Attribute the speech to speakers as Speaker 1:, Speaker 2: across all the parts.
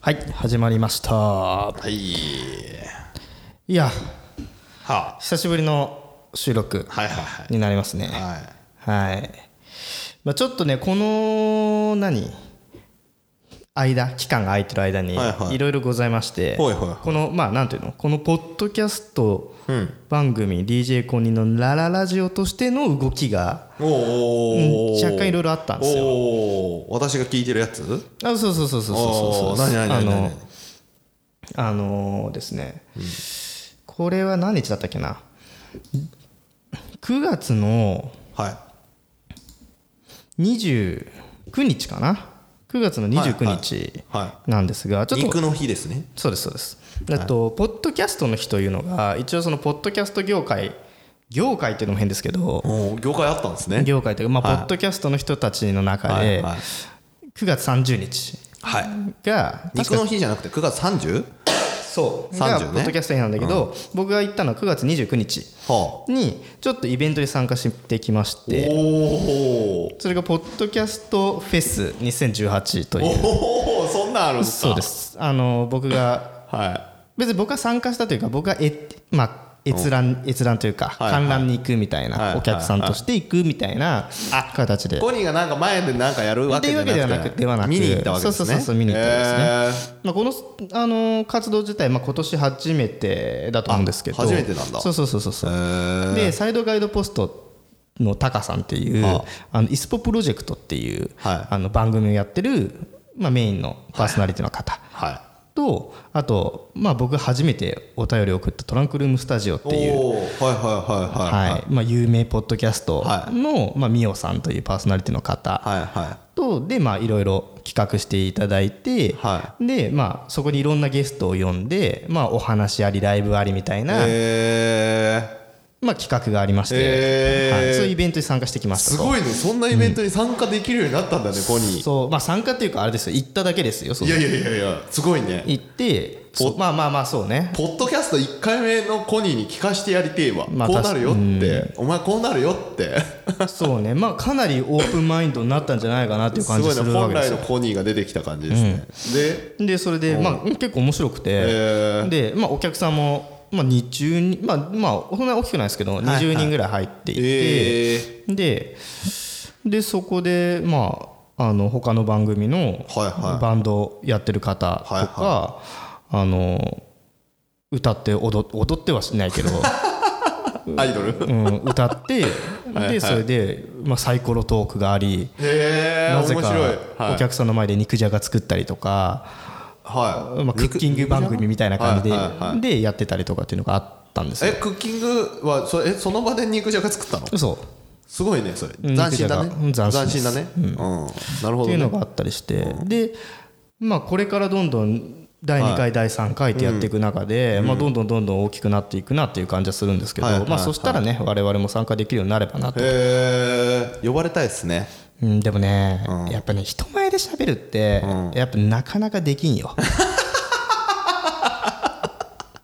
Speaker 1: はい始まりました
Speaker 2: はい。
Speaker 1: いや
Speaker 2: は
Speaker 1: 久しぶりの収録
Speaker 2: あ。はいはいは
Speaker 1: になりますね
Speaker 2: い。はい。
Speaker 1: はい、まあ、ちょっとねこの何間期間が空いてる間に
Speaker 2: はいはい
Speaker 1: いろいろございまして、
Speaker 2: はいはいはい
Speaker 1: このまあなんていうのこのポッドキャスト
Speaker 2: うん。
Speaker 1: 番組 DJ コニーの「ラララジオ」としての動きが
Speaker 2: おーおー。
Speaker 1: 若干いろいろあったんですよ
Speaker 2: おお。私が聞いてるやつ。そう
Speaker 1: あそうそうそうそうそうそう
Speaker 2: 何何
Speaker 1: あ
Speaker 2: 何
Speaker 1: の
Speaker 2: 何。
Speaker 1: あのーですね、これは何日だったっけな9月の
Speaker 2: はい。
Speaker 1: 29日かな9月の29日
Speaker 2: は
Speaker 1: なんですが、
Speaker 2: い。
Speaker 1: ちょっと
Speaker 2: 肉の日ですね。
Speaker 1: そうですそうです、えっとポッドキャストの日というのが一応そのポッドキャスト業界業界っていうのも変ですけど
Speaker 2: おお、業界あったんですね。
Speaker 1: 業界というか、まあ
Speaker 2: はい
Speaker 1: ポッドキャストの人たちの中
Speaker 2: はい
Speaker 1: で
Speaker 2: はい。
Speaker 1: 9月30日
Speaker 2: はい。
Speaker 1: が
Speaker 2: 肉の日じゃなくて、9月 30?
Speaker 1: そう
Speaker 2: 30
Speaker 1: が
Speaker 2: ね
Speaker 1: ポッドキャスト日なんだけど、僕が行ったのは9月29日
Speaker 2: はあ。
Speaker 1: にちょっとイベントに参加してきまして
Speaker 2: おお。
Speaker 1: それがポッドキャストフェス2018という
Speaker 2: おお、そんなんあるんですか。
Speaker 1: そうですあの僕が
Speaker 2: は
Speaker 1: 別に僕が参加したというか僕がえ、まあ、閲覧閲覧というか
Speaker 2: はいはい
Speaker 1: 観覧に行くみたい
Speaker 2: はい
Speaker 1: なお客さんとして行くみたいな形
Speaker 2: い。
Speaker 1: で
Speaker 2: コニーがなんか前でなんかやるわけじゃ
Speaker 1: っていうわけではなく
Speaker 2: なくて、見に行ったわけです
Speaker 1: そうそ
Speaker 2: ね。
Speaker 1: うそうそう見に行ったんですね
Speaker 2: すね。
Speaker 1: まあ、この、あのー活動自体、まあ、今年初めてだと思うんですけど
Speaker 2: あ初めてなんだ
Speaker 1: そうそうそうそうそう
Speaker 2: へー
Speaker 1: でサイドガイドポストのタカさんっていう
Speaker 2: は
Speaker 1: あのイスポプロジェクトっていう、
Speaker 2: はい
Speaker 1: あの番組をやってる、まあ、メインのパーソナリティの方
Speaker 2: はい。
Speaker 1: と、あと、まあ、僕初めてお便りを送ったトランクルームスタジオっていう、
Speaker 2: おーはいはいはいはい
Speaker 1: はいまあ、有名ポッドキャストの、まあ、ミオさんというパーソナリティの方
Speaker 2: はいは
Speaker 1: とでまあいろいろ企画していただいて、
Speaker 2: は
Speaker 1: でまあそこにいろんなゲストを呼んでまあお話ありライブありみたい
Speaker 2: い
Speaker 1: な、
Speaker 2: へ
Speaker 1: まあ企画がありまし
Speaker 2: え
Speaker 1: て、はい、そういう
Speaker 2: へえ
Speaker 1: イベントに参加してきました
Speaker 2: す
Speaker 1: と
Speaker 2: ごいねそんなイベントに参加できるようになったんだねコニ
Speaker 1: そうまあ参加っていうかあれですよ行っただけですよそ
Speaker 2: ー
Speaker 1: う
Speaker 2: いやいやいやいやすごいね
Speaker 1: 行ってそうまあまあまあそうね
Speaker 2: ポッドキャスト1回目のコニーに聞かしてやりてえわ
Speaker 1: まあ
Speaker 2: こうなるよってお前こうなるよって
Speaker 1: そうねまあかなりオープンマインドになったんじゃないかなっていう
Speaker 2: す
Speaker 1: 感じ
Speaker 2: ごい
Speaker 1: す
Speaker 2: な
Speaker 1: るわ
Speaker 2: 本
Speaker 1: けで
Speaker 2: 来
Speaker 1: す
Speaker 2: の
Speaker 1: よ
Speaker 2: コニーが出てきた感じですねで
Speaker 1: でそれでまあ結構面白くて、
Speaker 2: え
Speaker 1: で、まあ、お客さんも、まあ、20人まあまあそんな大きくないですけど、20人ぐらい入っていて、
Speaker 2: ええ
Speaker 1: ででそこでまああの他の番組の
Speaker 2: はいはい
Speaker 1: バンドやってる方とか、
Speaker 2: はい
Speaker 1: あの歌って踊っ踊ってはしないけど、
Speaker 2: アイドル
Speaker 1: うん、歌って
Speaker 2: はいは
Speaker 1: で
Speaker 2: い
Speaker 1: それで、まあ、サイコロトークがあり
Speaker 2: へえ
Speaker 1: な
Speaker 2: 面
Speaker 1: ぜ
Speaker 2: 白い
Speaker 1: か
Speaker 2: は
Speaker 1: お
Speaker 2: い
Speaker 1: 客さんの前で肉じゃが作ったりとか、
Speaker 2: はい
Speaker 1: まあ、クッキング番組みたいな感じで,、
Speaker 2: はいはいはい
Speaker 1: でやってたりとかっていうのがあったんですよ。
Speaker 2: えクッキングはそえその場で肉じゃが作ったの
Speaker 1: 嘘
Speaker 2: すごいねそれ
Speaker 1: ん
Speaker 2: 斬新だね
Speaker 1: 肉じゃがうん斬新
Speaker 2: 斬
Speaker 1: です
Speaker 2: 新だねうんなるほ
Speaker 1: って
Speaker 2: ど
Speaker 1: いう
Speaker 2: ね
Speaker 1: のがあったりして、で、まあ、これからどんどん第2回、第3回ってやっていく中で、まあ、どんどんどんどん大きくなっていくなっていう感じはするんですけど、
Speaker 2: はいはい
Speaker 1: まあ、そしたらね、我々も参加できるようになればなと、
Speaker 2: へえ呼ばれたいですね
Speaker 1: うん、でもね、やっぱね人前で喋るって、やっぱなかなかできんよ。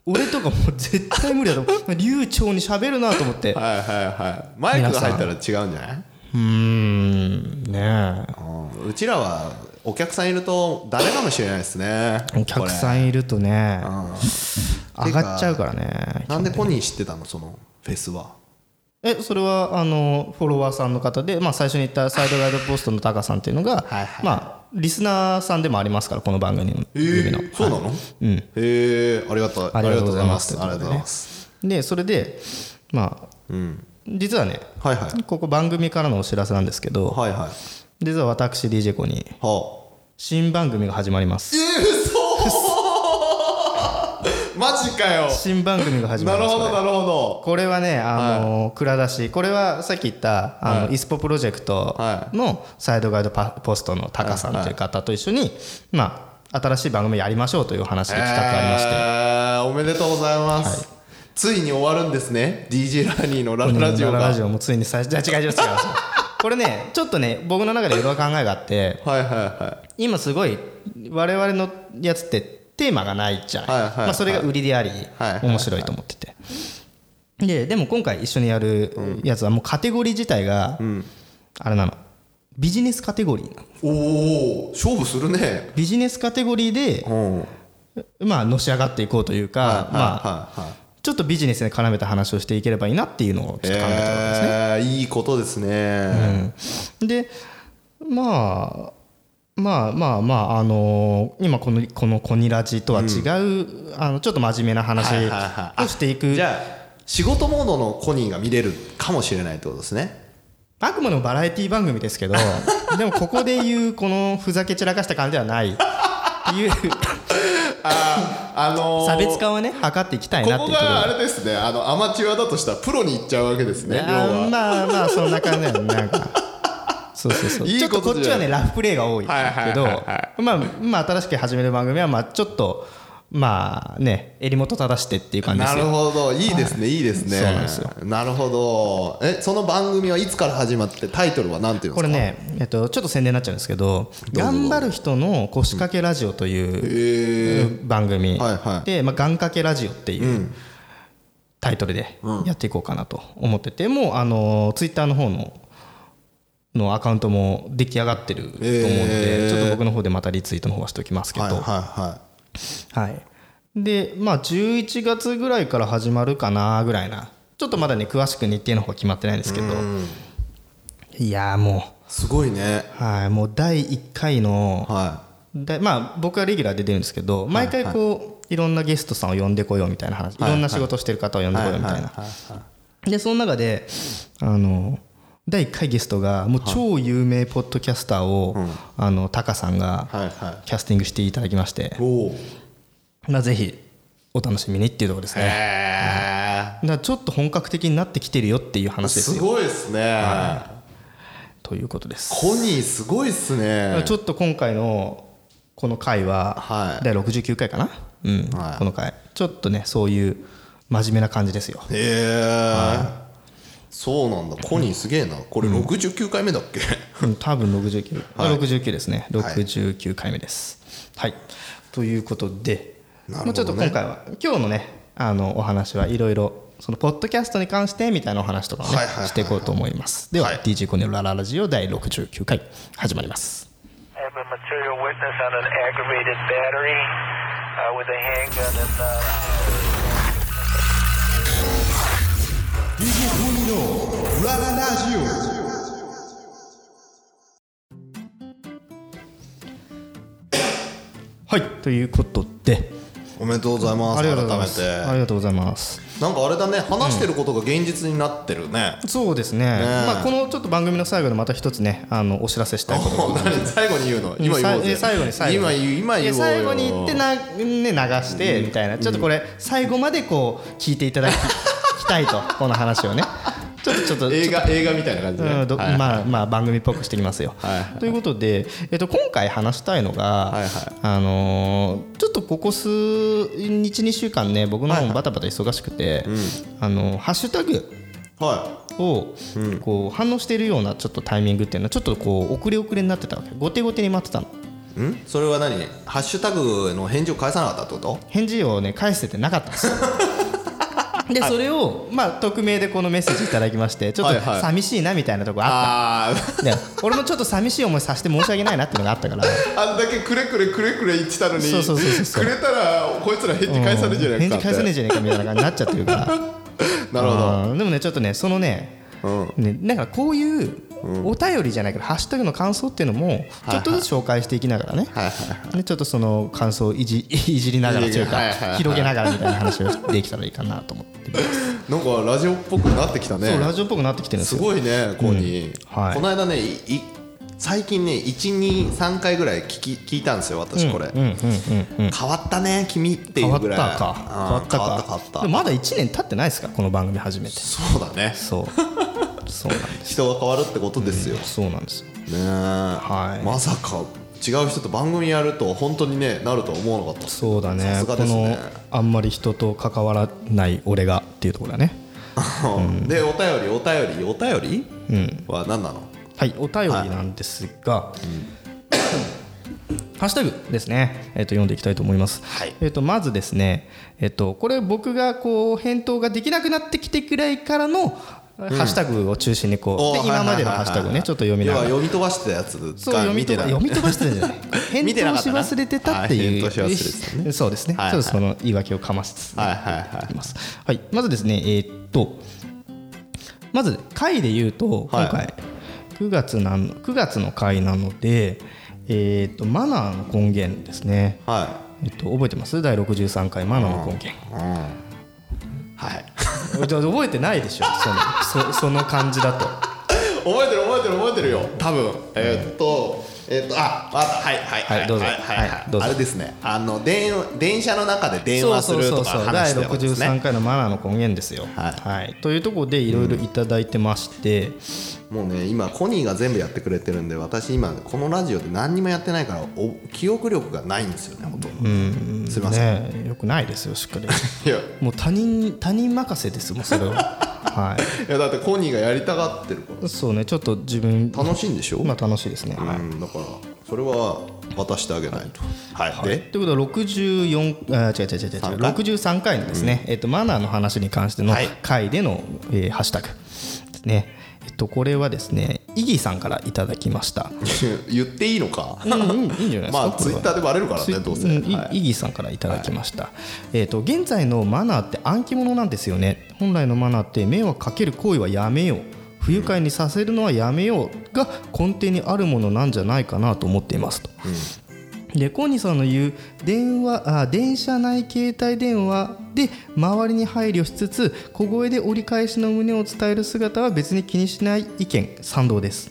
Speaker 1: 俺とかもう絶対無理だと思うまあ流暢に喋るなと思ってう
Speaker 2: はいはいはいマイクが入ったら違うんじゃない
Speaker 1: ーんねえ
Speaker 2: うんうちらはお客さんいると誰かもしれないですね
Speaker 1: お客
Speaker 2: こ
Speaker 1: さんいるとね上がっちゃうからね
Speaker 2: れなんでコニー知ってたのそのフェスは
Speaker 1: えそれはあのフォロワーさんの方で、まあ、最初に言ったサイドガイドポストのタカさんっていうのが、
Speaker 2: はいは
Speaker 1: まあ、リスナーさんでもありますからこの番組の,、の
Speaker 2: そうなのへえありがとう
Speaker 1: あ
Speaker 2: あ
Speaker 1: り
Speaker 2: り
Speaker 1: が
Speaker 2: が
Speaker 1: とうご
Speaker 2: とうご
Speaker 1: ざ
Speaker 2: ざ
Speaker 1: い
Speaker 2: い
Speaker 1: ま
Speaker 2: ますすありがとうございます
Speaker 1: でそれで、まあ実はね
Speaker 2: はいはい
Speaker 1: ここ番組からのお知らせなんですけど
Speaker 2: はいはい
Speaker 1: 実は私 DJ コに
Speaker 2: はあ
Speaker 1: 新番組が始まります
Speaker 2: え嘘マジかよ
Speaker 1: 新番組が始ま
Speaker 2: な
Speaker 1: り
Speaker 2: る
Speaker 1: ます
Speaker 2: ほどなるほど
Speaker 1: これはね、あの蔵出しこれはさっき言ったあの、イスポプロジェクトのサイドガイドパポストのタカさんという方と一緒に、まあ、新しい番組やりましょうという話で企画がありまして、
Speaker 2: えーおめでとうございます、ついに終わるんですね DJ ラニーのラ
Speaker 1: うん
Speaker 2: ラジ オが
Speaker 1: ラジオもついに最初じゃあ違う違う違う違うこれねちょっとね僕の中でいろいろ考えがあって
Speaker 2: はいはいはい
Speaker 1: 今すごい我々のやつってテーマがないじゃない、
Speaker 2: はいはいはい
Speaker 1: まあ、それが売りであり、
Speaker 2: はい
Speaker 1: 面白いと思ってて、ででも今回一緒にやるやつはもうカテゴリー自体が、あれなのビジネスカテゴリーなの
Speaker 2: おお勝負するね
Speaker 1: ビジネスカテゴリーで、
Speaker 2: うんはい
Speaker 1: まあ、のし上がっていこうというか、まあ、
Speaker 2: はいはい
Speaker 1: ちょっとビジネスに絡めた話をしていければいいなっていうのをちょっと考えてるわけですね。
Speaker 2: えーいいことですね、
Speaker 1: でまあまあまあまあ、あのー今このこの「コニラジ」とは違う、あのちょっと真面目な話
Speaker 2: はいはいはいあ
Speaker 1: をしていく、
Speaker 2: じゃあ仕事モードのコニーが見れるかもしれないってことですね
Speaker 1: あくまでもバラエティ番組ですけどでもここで言うこのふざけ散らかした感じではないって いう
Speaker 2: あのー
Speaker 1: 差別化をね測っていきたいな
Speaker 2: こ
Speaker 1: っていう
Speaker 2: こ
Speaker 1: ところ
Speaker 2: があれですねあのアマチュアだとしたらプロに行っちゃうわけですね要
Speaker 1: あー
Speaker 2: は
Speaker 1: まあまあそんな感じだよねなんか そうそうそう
Speaker 2: いい
Speaker 1: ちょっと
Speaker 2: こ
Speaker 1: ことっ
Speaker 2: じ
Speaker 1: ち
Speaker 2: ゃ
Speaker 1: は
Speaker 2: ない
Speaker 1: ねラフプレーが多い
Speaker 2: はいはい
Speaker 1: けど
Speaker 2: はい
Speaker 1: まあまあ新しく始める番組はまあちょっとまあね襟元正してっていう感じで
Speaker 2: な
Speaker 1: す
Speaker 2: る
Speaker 1: よ
Speaker 2: ほどいいですねいいですね
Speaker 1: そうなんですよ
Speaker 2: なるほどえその番組はいつから始まってタイトルは何ていうんで
Speaker 1: こ
Speaker 2: すか
Speaker 1: れね、えっと、ちょっと宣伝になっちゃうんですけど「頑張る人の腰掛けラジオ」という
Speaker 2: へえ
Speaker 1: 番組
Speaker 2: はいはい
Speaker 1: で「まあ、願掛けラジオ」っていううタイトルでやっていこうかなと思っててもうあのツイッターの方ののアカウントも出来上がってると思うの
Speaker 2: へ
Speaker 1: で
Speaker 2: ー
Speaker 1: ちょっと僕の方でまたリツイートの方はしておきますけど
Speaker 2: はいはいは
Speaker 1: はい、でまあ11月ぐらいから始まるかなぐらいなちょっとまだね詳しく日程の方は決まってないんですけどいやーも
Speaker 2: いすごいね
Speaker 1: うはいもう第1回の
Speaker 2: は
Speaker 1: だまあ僕はレギュラーで出るんですけど毎回こういろんなゲストさんを呼んでこようみたいな話いろんな仕事してる方を呼ん
Speaker 2: い
Speaker 1: でこ
Speaker 2: は
Speaker 1: よ
Speaker 2: いう
Speaker 1: み
Speaker 2: は
Speaker 1: た
Speaker 2: い
Speaker 1: いな
Speaker 2: はい
Speaker 1: でその中であの第1回ゲストがもう超有名ポッドキャスターをあのタカさんが
Speaker 2: はいはい
Speaker 1: キャスティングしていただきまして
Speaker 2: おお
Speaker 1: まあぜひお楽しみにっていうところですね
Speaker 2: へ
Speaker 1: だからちょっと本格的になってきてるよっていう
Speaker 2: え
Speaker 1: 話です
Speaker 2: す
Speaker 1: よ
Speaker 2: ごいですね
Speaker 1: ということです
Speaker 2: コニーすごいっすね
Speaker 1: ちょっと今回のこの回
Speaker 2: は
Speaker 1: はい第69回かな、うん
Speaker 2: はい
Speaker 1: この回ちょっとねそういう真面目な感じですよ
Speaker 2: へえそうなんだコニーすげえなこれ69回目だっ け
Speaker 1: うん多分69、あ69ですね69回目ですはい、ということで、
Speaker 2: なる
Speaker 1: まあ
Speaker 2: ほどね
Speaker 1: ちょっと今回は今日のねあのお話はいろいろそのポッドキャストに関してみたいなお話とかをね
Speaker 2: はいはいはいはい
Speaker 1: していこうと思いますでは、
Speaker 2: はい
Speaker 1: DJ コネのラララジオ第69回始まります、
Speaker 3: I have a material witness on an aggravated battery uh, with a handgun and. Uh
Speaker 4: DJ コニーのラララジオ
Speaker 1: はいということで
Speaker 2: おめでとうございます
Speaker 1: ありがとうござい
Speaker 2: 改
Speaker 1: ま
Speaker 2: め
Speaker 1: す
Speaker 2: て
Speaker 1: ありがとうございます
Speaker 2: なんかあれだね話してることが現実になってるね、
Speaker 1: そうですねまあ、このちょっと番組の最後でまた一つねあのお知らせしたいことが
Speaker 2: もう 何最後に言うの今言おう
Speaker 1: さ
Speaker 2: ぜ
Speaker 1: え最後に最後
Speaker 2: 今
Speaker 1: に
Speaker 2: 言う今
Speaker 1: い
Speaker 2: 言お
Speaker 1: や
Speaker 2: う
Speaker 1: 最
Speaker 2: よ
Speaker 1: 後に言ってな、ね、流してみたいなちょっとこれ最後までこう聞いていただききたいとこの話 をねちょっとちょっと
Speaker 2: 映画映画みたいな感じで、
Speaker 1: うんど
Speaker 2: はいはい
Speaker 1: まあまあ番組っぽくしてきますよ。
Speaker 2: はいは
Speaker 1: ということで、えっと、今回話したいのが、
Speaker 2: はいはい
Speaker 1: あのーちょっとここ数日2週間ね僕の方もバタバタ忙しくて、あのハッシュタグ
Speaker 2: は
Speaker 1: をこう反応しているようなちょっとタイミングっていうのはちょっとこう遅れ遅れになってたわけ後手後手に待ってたの
Speaker 2: いんそれは何ハッシュタグの返事を返さなかったってこと
Speaker 1: 返事をね返せてなかったんで すよでそれをまあ匿名でこのメッセージいただきましてちょっと
Speaker 2: はいはい
Speaker 1: 寂しいなみたいなとこあっ
Speaker 2: あ
Speaker 1: た、で俺もちょっと寂しい思いさせて申し訳ないなっていうのがあったから
Speaker 2: あ あんだけくれくれくれくれ言ってたのに
Speaker 1: そうそうそうそうそう
Speaker 2: くれたらこいつら返事返さねえじゃない
Speaker 1: 返事
Speaker 2: かって
Speaker 1: 返せねえじゃねえかみたいな感じになっちゃってるから
Speaker 2: なるほど
Speaker 1: うんでもねちょっとねそのね,、ねなんかこういうお便りじゃないけど、ハッシュタグの感想っていうのもちょっとずつ紹介していきながらね、ねちょっとその感想をいじ いじりながらというか、
Speaker 2: はいはいはい
Speaker 1: 広げながらみたいな話をできたらいいかなと思って、
Speaker 2: なんかラジオっぽくなってきたね
Speaker 1: そうラジオっぽくなってきてるんです
Speaker 2: す
Speaker 1: よ
Speaker 2: ごいねコニー、
Speaker 1: うんはい
Speaker 2: この間ねいい最近ね123回ぐらい聞き聞いたんですよ私これ、
Speaker 1: うんうんうん
Speaker 2: 変わったね君ってい
Speaker 1: 変わ
Speaker 2: う
Speaker 1: っ
Speaker 2: ぐ
Speaker 1: た
Speaker 2: らい
Speaker 1: か
Speaker 2: うん
Speaker 1: 変わった
Speaker 2: 変わっ
Speaker 1: か
Speaker 2: た変わった
Speaker 1: でもまだ1年経ってないですかこの番組始めて
Speaker 2: そうだね
Speaker 1: そうそうなんです
Speaker 2: 人が変わるってことですよ、
Speaker 1: そうなんですよ
Speaker 2: ねえ、
Speaker 1: はい
Speaker 2: まさか違う人と番組やると本当にねなるとは思わなかった
Speaker 1: そうだね
Speaker 2: さすが
Speaker 1: こ
Speaker 2: です
Speaker 1: の
Speaker 2: ね
Speaker 1: あんまり人と関わらない俺がっていうところだね
Speaker 2: でお便りお便りお便り、は何なの
Speaker 1: はいお便りなんですが、ハッシュタグですね、えっと読んでいきたいと思います、
Speaker 2: はい
Speaker 1: えっとまずですね、えっとこれ僕がこう返答ができなくなってきてくらいからのハッシュタグを中心にこ
Speaker 2: お
Speaker 1: う
Speaker 2: ー
Speaker 1: で今までのハッシュタグをねちょっと読みな
Speaker 2: 要
Speaker 1: が
Speaker 2: は
Speaker 1: ら
Speaker 2: 読み飛ばしてたやつが
Speaker 1: そう読み
Speaker 2: 見
Speaker 1: 飛
Speaker 2: てな
Speaker 1: ば
Speaker 2: い
Speaker 1: 読み飛ばしてたんじゃない返
Speaker 2: 見てなか
Speaker 1: 答
Speaker 2: っ
Speaker 1: した
Speaker 2: な
Speaker 1: 忘れてたっていう
Speaker 2: はい返答し忘れてたね
Speaker 1: そうですねちょ
Speaker 2: は
Speaker 1: っ
Speaker 2: い
Speaker 1: とその言い訳をかましつつね
Speaker 2: はいはいはい
Speaker 1: いますはいまずですねえーっとまず回で言うと
Speaker 2: はい
Speaker 1: 今回9月なの9月の回なのでえーっとマナーの根源ですね
Speaker 2: は
Speaker 1: えっと覚えてます第63回マナーの根源
Speaker 2: い、うん、はい
Speaker 1: じゃあ覚えてないでしょそのそ その感じだと
Speaker 2: 覚えてる覚えてる覚えてるよ多分えーっとえーっとああはいはい
Speaker 1: はいどうぞ
Speaker 2: はいはい
Speaker 1: は
Speaker 2: はいい
Speaker 1: どうぞ
Speaker 2: あれですねあの電電車の中で電話するとか話して
Speaker 1: 第
Speaker 2: たことです
Speaker 1: 63
Speaker 2: ね
Speaker 1: 回のマナーの根源ですよ、
Speaker 2: はい
Speaker 1: というところでいろいろいただいてまして、
Speaker 2: もうね今コニーが全部やってくれてるんで私今このラジオで何にもやってないからお記憶力がないんですよねほとんどすいません、
Speaker 1: ねよくないですよしっかり
Speaker 2: いや
Speaker 1: もう他人他人任せですもんそ れははい
Speaker 2: やだってコニーがやりたがってるか
Speaker 1: いそうねちょっと自分
Speaker 2: ら楽しいんでしょ、
Speaker 1: まあ楽しいですね、はい
Speaker 2: うんだからそれは渡してあげないとはい、で
Speaker 1: ということは64あ違う違う違う違う
Speaker 2: 三回
Speaker 1: 63回のですね、えっとマナーの話に関しての
Speaker 2: はい
Speaker 1: 回での、えーハッシュタグですねえっとこれはですねイギーさんからいただきました、
Speaker 2: 言っていいのか
Speaker 1: うんうんいいんじゃないですか
Speaker 2: まあ
Speaker 1: こ
Speaker 2: ツ
Speaker 1: れ
Speaker 2: イ
Speaker 1: は
Speaker 2: ッターでバレるからねどうせ、
Speaker 1: んい
Speaker 2: はい
Speaker 1: イギーさんからいただきました、えー、と現在のマナーって暗記物なんですよね本来のマナーって迷惑かける行為はやめよう不愉快にさせるのはやめようが根底にあるものなんじゃないかなと思っていますと、でコーニーさんの言う電話あ電車内携帯電話で周りに配慮しつつ小声で折り返しの胸を伝える姿は別に気にしない意見賛同です、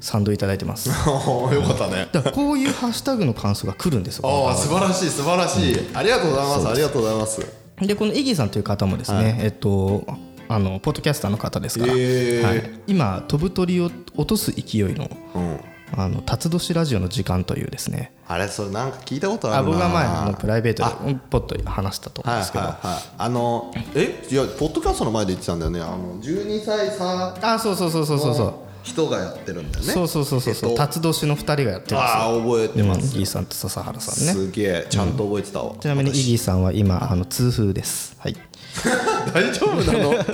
Speaker 1: 賛同いただいてます
Speaker 2: よ かったね
Speaker 1: だからこういうハッシュタグの感想が来るんですよこの
Speaker 2: あ
Speaker 1: 番組
Speaker 2: あ素晴らしい素晴らしい、ありがとうございますありがとうございます
Speaker 1: でこのイギーさんという方もですね、えっとあのポッドキャスターの方ですから、
Speaker 2: へー
Speaker 1: はい、今飛ぶ鳥を落とす勢いの
Speaker 2: うん
Speaker 1: あの辰年ラジオの時間というですね
Speaker 2: あれそれなんか聞いたことあるな
Speaker 1: あ僕が前あのプライベートでうんポッと話したと思うん
Speaker 2: はい
Speaker 1: ですけど、
Speaker 2: はいはいあのえいやポッドキャストの前で言ってたんだよねあの12歳差
Speaker 1: あそうそうそうそうそうそ
Speaker 2: の人がやってるんだよ
Speaker 1: う、
Speaker 2: ね
Speaker 1: そうそうそうそうそう
Speaker 2: えっと
Speaker 1: 辰年の2人がやってます
Speaker 2: ああ覚えて
Speaker 1: でも
Speaker 2: ま
Speaker 1: イギ
Speaker 2: す
Speaker 1: ーさんと笹原さんね
Speaker 2: すげえちゃんと覚えてたわ
Speaker 1: ちなみにイギーさんは今あの痛風ですはい
Speaker 2: 大丈夫なの だ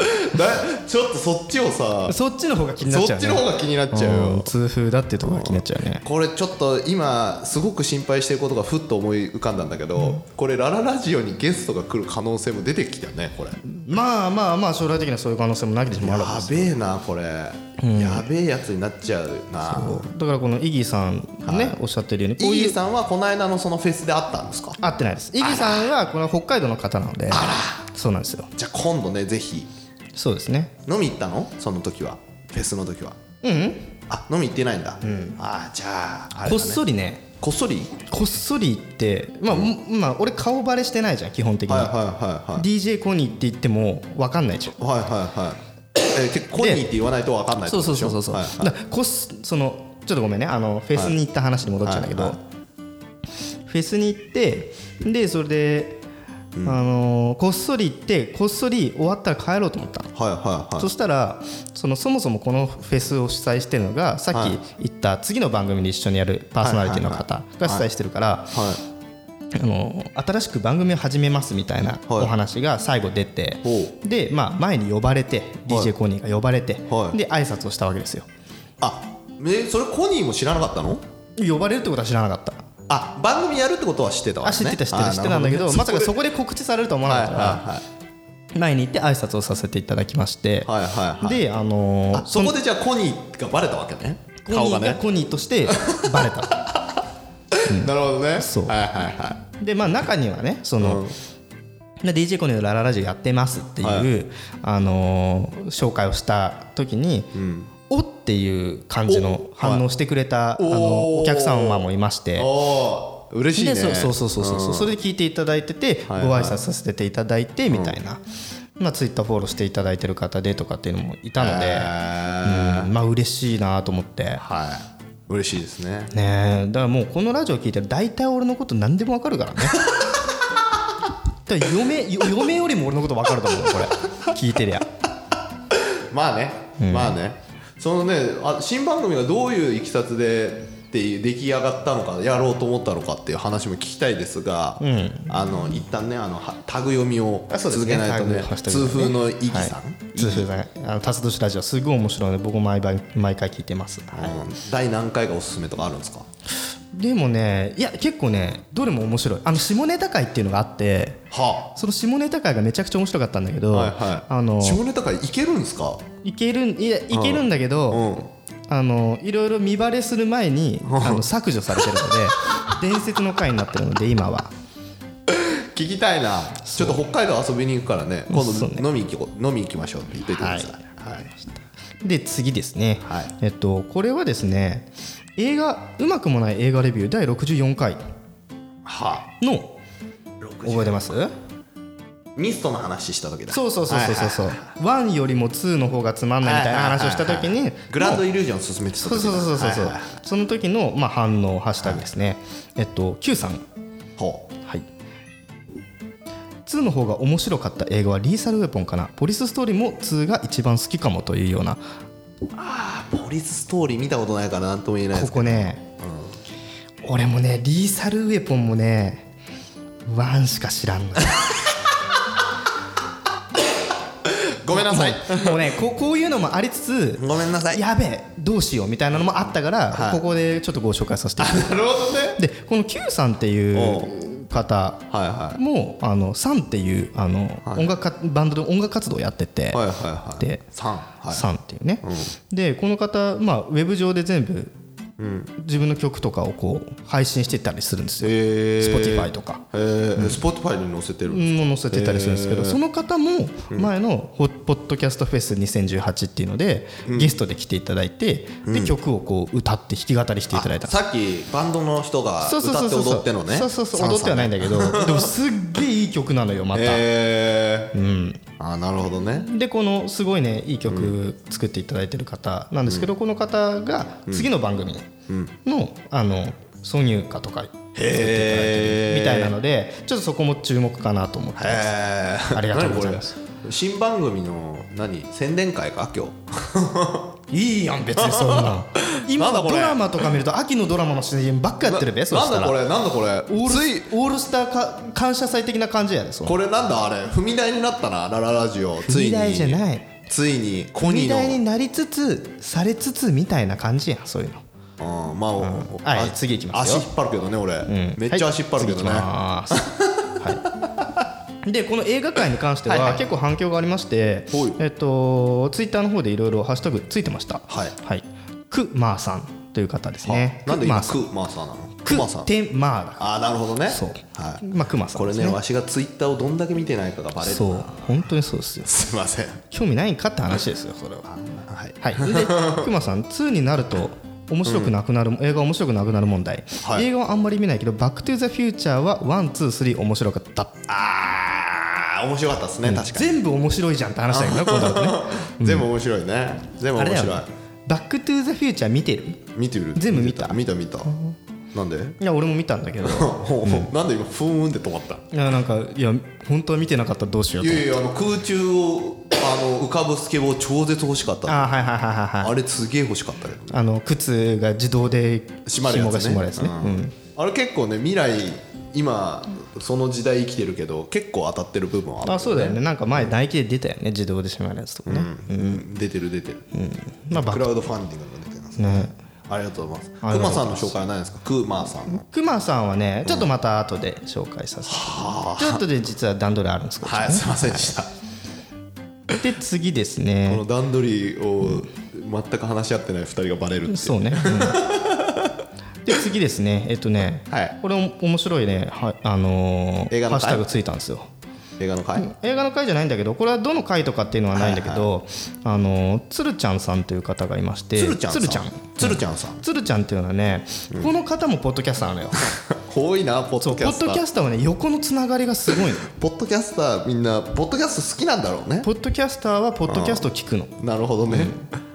Speaker 2: ちょっとそっちをさ
Speaker 1: そっちの方が気にな
Speaker 2: そ
Speaker 1: っちゃ
Speaker 2: っ
Speaker 1: う
Speaker 2: ちの方
Speaker 1: ね
Speaker 2: が気になっちゃう
Speaker 1: うん
Speaker 2: よ
Speaker 1: 痛風だっていうところが気になっちゃうね
Speaker 2: これちょっと今すごく心配してることがふっと思い浮かんだんだけどこれラララジオにゲストが来る可能性も出てきたねこれ
Speaker 1: まあまあまあ将来的にはそういう可能性もなきにしもあらず
Speaker 2: やべえなこれやべえやつになっちゃうな
Speaker 1: だからこのイギーさんね、おっしゃってるようにこ
Speaker 2: イ
Speaker 1: う
Speaker 2: ギ
Speaker 1: い
Speaker 2: ー
Speaker 1: う
Speaker 2: さんはこの間のそのフェスで会ったんですか
Speaker 1: 合ってないですイギーさんはこの北海道の方なのでそうなんですよ
Speaker 2: じゃあ今度ねぜひ
Speaker 1: そうですね
Speaker 2: 飲み行ったのその時はフェスの時は
Speaker 1: うん、
Speaker 2: あ飲み行ってないんだあじゃああれ
Speaker 1: こ
Speaker 2: だね
Speaker 1: っそりね
Speaker 2: こっそり
Speaker 1: こっそり行ってまあ、まあ俺顔バレしてないじゃん基本的に、
Speaker 2: はいはいはいはい
Speaker 1: DJ コニーって言っても分かんないじゃん
Speaker 2: はいはいはいえー結構コニーって言わないと分かんないって
Speaker 1: そう
Speaker 2: こ
Speaker 1: そう
Speaker 2: とでし
Speaker 1: そ
Speaker 2: ょ
Speaker 1: うそうそう、
Speaker 2: はいは
Speaker 1: だ
Speaker 2: い
Speaker 1: からこっそそのちょっとごめんねあのフェスに行った話に戻っちゃうんだけど、
Speaker 2: はいは
Speaker 1: フェスに行ってでそれで、あのーこっそり行ってこっそり終わったら帰ろうと思ったの
Speaker 2: はいはいはい
Speaker 1: そしたらそのそもそもこのフェスを主催してるのがさ
Speaker 2: はい
Speaker 1: っき言った次の番組で一緒にやるパーソナリティの方が主催してるから
Speaker 2: はい
Speaker 1: あの新しく番組を始めますみたいな
Speaker 2: はい
Speaker 1: お話が最後出て
Speaker 2: ほ
Speaker 1: でまあ前に呼ばれて DJ コニーが呼ばれて
Speaker 2: はい
Speaker 1: で挨拶をしたわけですよ
Speaker 2: あえそれコニーも知らなかったの
Speaker 1: 呼ばれるってことは知らなかった
Speaker 2: あ番組やるってことは知ってたわ
Speaker 1: あ
Speaker 2: け
Speaker 1: 知
Speaker 2: ね
Speaker 1: ってた知ってた知ってたんだけど
Speaker 2: あー
Speaker 1: まさかそ
Speaker 2: なるほ
Speaker 1: こで告知されるとは思わなかったか
Speaker 2: はい
Speaker 1: ら前に行って挨拶をさせていただきまして
Speaker 2: はいはいはい
Speaker 1: であのー
Speaker 2: あそこでじゃあコニーがバレたわけね
Speaker 1: コニ
Speaker 2: 顔が
Speaker 1: ーが
Speaker 2: ね
Speaker 1: コニーとしてバレた
Speaker 2: なるほどね
Speaker 1: そう
Speaker 2: はいはいは
Speaker 1: でまあ中にはねその、で DJ コネのラララジオやってますっていう、あのー紹介をした時に、おっていう感じの
Speaker 2: お
Speaker 1: 反応してくれた、あの
Speaker 2: おー
Speaker 1: お客様もいまして
Speaker 2: いおー嬉しい
Speaker 1: でそ
Speaker 2: ね
Speaker 1: そうそうそうそうそうそれで聞いていただいてて、
Speaker 2: はいはい
Speaker 1: ご挨拶させていただいてみたいな、まあ、ツイッターフォローしていただいてる方でとかっていうのもいたの
Speaker 2: へ
Speaker 1: で、
Speaker 2: ー
Speaker 1: うんまあ嬉しいなと思って。
Speaker 2: はい嬉しいですね
Speaker 1: ねえだからもうこのラジオ聞いたら大体俺のこと何でもわかるからねだから嫁よ嫁よりも俺のことわかると思うこれ聞いてりゃ
Speaker 2: まあねまあねそのねあ新番組がどういういきさつでっていう出来上がったのかやろうと思ったのかっていう話も聞きたいですが、あの一旦ねあのはタグ読みを
Speaker 1: あそうです
Speaker 2: 続
Speaker 1: ね
Speaker 2: けないとね
Speaker 1: タグハッシュタグ
Speaker 2: 痛
Speaker 1: ね
Speaker 2: 風のイギ
Speaker 1: はい
Speaker 2: さん、
Speaker 1: 痛風がねあの辰年ラジオすごい面白いので僕も毎晩毎回聞いてます、はい
Speaker 2: うん第何回がおすすめとかあるんですか
Speaker 1: でもねいや結構ねどれも面白いあの下ネタ会っていうのがあって
Speaker 2: は
Speaker 1: その下ネタ会がめちゃくちゃ面白かったんだけど、
Speaker 2: あ、はいはい、
Speaker 1: あの
Speaker 2: 下ネタ会いけるんですか
Speaker 1: いけるんいやいけるんだけど、
Speaker 2: うん
Speaker 1: あのいろいろ見バレする前にあの削除されてる ので伝説の回になってるので今は
Speaker 2: 聞きたいなちょっと北海道遊びに行くからね今
Speaker 1: そうね
Speaker 2: 度飲み行こう飲み行きましょうって言っていてください、はい
Speaker 1: で次ですね、
Speaker 2: はい
Speaker 1: えっと、これはですね映画「うまくもない映画レビュー」第64回
Speaker 2: は
Speaker 1: の覚えてます
Speaker 2: あ、ミストの話した時だ
Speaker 1: そうそうそうそうそうそう1よりも2の方がつまんないみたいな話をした時に
Speaker 2: グランドイリュージョン進めてた
Speaker 1: そう
Speaker 2: 時
Speaker 1: そうそうそうそう、
Speaker 2: はいはいはい
Speaker 1: その時の、まあ、反応ハッシュタグですね、えっと Q さん
Speaker 2: ほう
Speaker 1: はい2の方が面白かった映画はリーサルウェポンかなポリスストーリーも2が一番好きかもというような
Speaker 2: ポリスストーリー見たことないから何とも言えないで
Speaker 1: こ
Speaker 2: すけ
Speaker 1: こね、俺もねリーサルウェポンもねワンしか知ら んの
Speaker 2: どごめんなさい
Speaker 1: もうねここういうのもありつつ
Speaker 2: ごめんなさい
Speaker 1: やべえどうしようみたいなのもあったから、
Speaker 2: はい
Speaker 1: ここでちょっとご紹介させていただき
Speaker 2: なるほどね
Speaker 1: でこの Q さんっていう方
Speaker 2: はいは
Speaker 1: もあのサンっていうあの、音楽かバンドで音楽活動をやってて、
Speaker 2: いはいはいはい
Speaker 1: で
Speaker 2: 3はい
Speaker 1: サンっていうね、でこの方、まあ、ウェブ上で全部、自分の曲とかをこう配信してたりするんですよ、
Speaker 2: へー
Speaker 1: Spotify とか。
Speaker 2: えースポティファイに載せてるんです
Speaker 1: も載せてたりするんですけど、その方も前のホポッドキャストフェス2018っていうので、ゲストで来ていただいて、で曲をこう歌って弾き語りしていただいたんです
Speaker 2: さっきバンドの人が
Speaker 1: そうそう
Speaker 2: 歌
Speaker 1: そう
Speaker 2: って
Speaker 1: そう
Speaker 2: 踊ってのね
Speaker 1: そうそうそう踊ってはないんだけどでもすっげえいい曲なのよまた、
Speaker 2: ええあなるほどね
Speaker 1: でこのすごいねいい曲作っていただいてる方なんですけど、この方が次の番組の,、あの挿入歌とか作っていただいて
Speaker 2: へ
Speaker 1: る
Speaker 2: ー
Speaker 1: みたいなのでちょっとそこも注目かなと思ってます
Speaker 2: えー
Speaker 1: ありがとうございます
Speaker 2: 何これ新番組の何宣伝会か今日
Speaker 1: いいやん別にそ んなん今
Speaker 2: なんだこれ
Speaker 1: ドラマとか見ると秋のドラマの CM ばっかやってるべそ
Speaker 2: な
Speaker 1: し
Speaker 2: ん
Speaker 1: た
Speaker 2: だこ
Speaker 1: ら
Speaker 2: れなんだこれ
Speaker 1: オール
Speaker 2: つい
Speaker 1: スオールスターか感謝祭的な感じやでそんな
Speaker 2: これなんだあれ踏み台になったなラララジオつ
Speaker 1: 踏
Speaker 2: いに
Speaker 1: み台じゃない
Speaker 2: ついにコニ
Speaker 1: み
Speaker 2: ーの
Speaker 1: たいになりつつされつつみたいな感じやんそういうの
Speaker 2: うんまあ、お
Speaker 1: はい
Speaker 2: あ
Speaker 1: 次行きますよ
Speaker 2: 足引っ張るけどね俺、めっちゃ足引っ張るけどね、
Speaker 1: はい次行きますはいでこの映画界に関して
Speaker 2: はい
Speaker 1: は
Speaker 2: はい
Speaker 1: 結構反響がありまして
Speaker 2: ほい
Speaker 1: えっとツイッターの方でいろいろハッシュタグついてました
Speaker 2: はい
Speaker 1: クマーさんという方ですね
Speaker 2: あなんで
Speaker 1: クマー
Speaker 2: 今
Speaker 1: さん
Speaker 2: クマーさんなのクマーさ
Speaker 1: ク
Speaker 2: ん
Speaker 1: テマーだ
Speaker 2: ああなるほどね
Speaker 1: そう
Speaker 2: はい、
Speaker 1: まあクマさん
Speaker 2: これ
Speaker 1: です
Speaker 2: ね
Speaker 1: ね
Speaker 2: わしがツイッターをどんだけ見てないかがバレる
Speaker 1: そう本当にそうですよ
Speaker 2: すいません
Speaker 1: 興味ないんかって話ですよそれは
Speaker 2: はい
Speaker 1: はい、でクマさん2になると面白くなくなる、映画面白くなくなる問題、
Speaker 2: はい
Speaker 1: 映画はあんまり見ないけど「バック・トゥ・ザ・フューチャー」は123面白かった
Speaker 2: あー面白かったですね、確かに
Speaker 1: 全部面白いじゃんって話 だけどね今度はね
Speaker 2: 全部面白いね全部
Speaker 1: あれ
Speaker 2: 面
Speaker 1: だよ
Speaker 2: 白い
Speaker 1: ね「バック・トゥ・ザ・フューチャー」見てる
Speaker 2: 見てる
Speaker 1: 全部見た
Speaker 2: 見た見たなんで、
Speaker 1: いや俺も見たんだ けど
Speaker 2: なんで今ふーんって止まった
Speaker 1: いやなんかいや本当は見てなかったらどうしよう
Speaker 2: い
Speaker 1: と
Speaker 2: やいやあの空中をあの浮かぶスケボー超絶欲しかった
Speaker 1: あーはいはいはいはいはい
Speaker 2: あれすげえ欲しかったけどね
Speaker 1: あの靴が自動で
Speaker 2: 閉まるや
Speaker 1: 紐が
Speaker 2: つ
Speaker 1: 閉
Speaker 2: ね
Speaker 1: まるやつね、
Speaker 2: うんあれ結構ね未来今その時代生きてるけど結構当たってる部分はある
Speaker 1: あそうだよねなんか前ナイキで出たよね自動で閉まるやつとかね、
Speaker 2: うん出てる出てる、
Speaker 1: まあバッ
Speaker 2: ク
Speaker 1: ク
Speaker 2: ラウドファンディングが出てますねありがとうございます
Speaker 1: ありが
Speaker 2: ク
Speaker 1: とう
Speaker 2: マ
Speaker 1: ござ
Speaker 2: さ
Speaker 1: い
Speaker 2: んの
Speaker 1: ます
Speaker 2: 紹介はないですかクマさんの
Speaker 1: クマさんはねちょっとまた後で紹介させて、ちょっとで実は段取りあるんですけど、
Speaker 2: はいすいませんでした、
Speaker 1: で次です
Speaker 2: こ
Speaker 1: ね
Speaker 2: の段取りを全く話し合ってない2人がバレるっていう
Speaker 1: そうね、 うんで次ですねえっとね、
Speaker 2: はい
Speaker 1: これお面白いねはあのー
Speaker 2: 映画
Speaker 1: ハ
Speaker 2: の回
Speaker 1: ッシュタグついたんですよ
Speaker 2: 映画の回、
Speaker 1: 映画の回じゃないんだけどこれはどの回とかっていうのはないんだけど、あのーつるちゃんさんという方がいまして
Speaker 2: つるちゃんさん
Speaker 1: つるちゃん
Speaker 2: つるちゃんさん
Speaker 1: つるちゃんっていうのはね、この方もポッドキャスターなのよ
Speaker 2: 多いなポッ
Speaker 1: そ
Speaker 2: ド
Speaker 1: う
Speaker 2: キ
Speaker 1: ポ
Speaker 2: ャス
Speaker 1: ッ
Speaker 2: ター
Speaker 1: ドキャスターはね横のつながりがすごいの
Speaker 2: ポッドキャスターみんなポッドキャスト好きなんだろうね
Speaker 1: ポッドキャスターはポッドキャストを聞くの
Speaker 2: なるほどね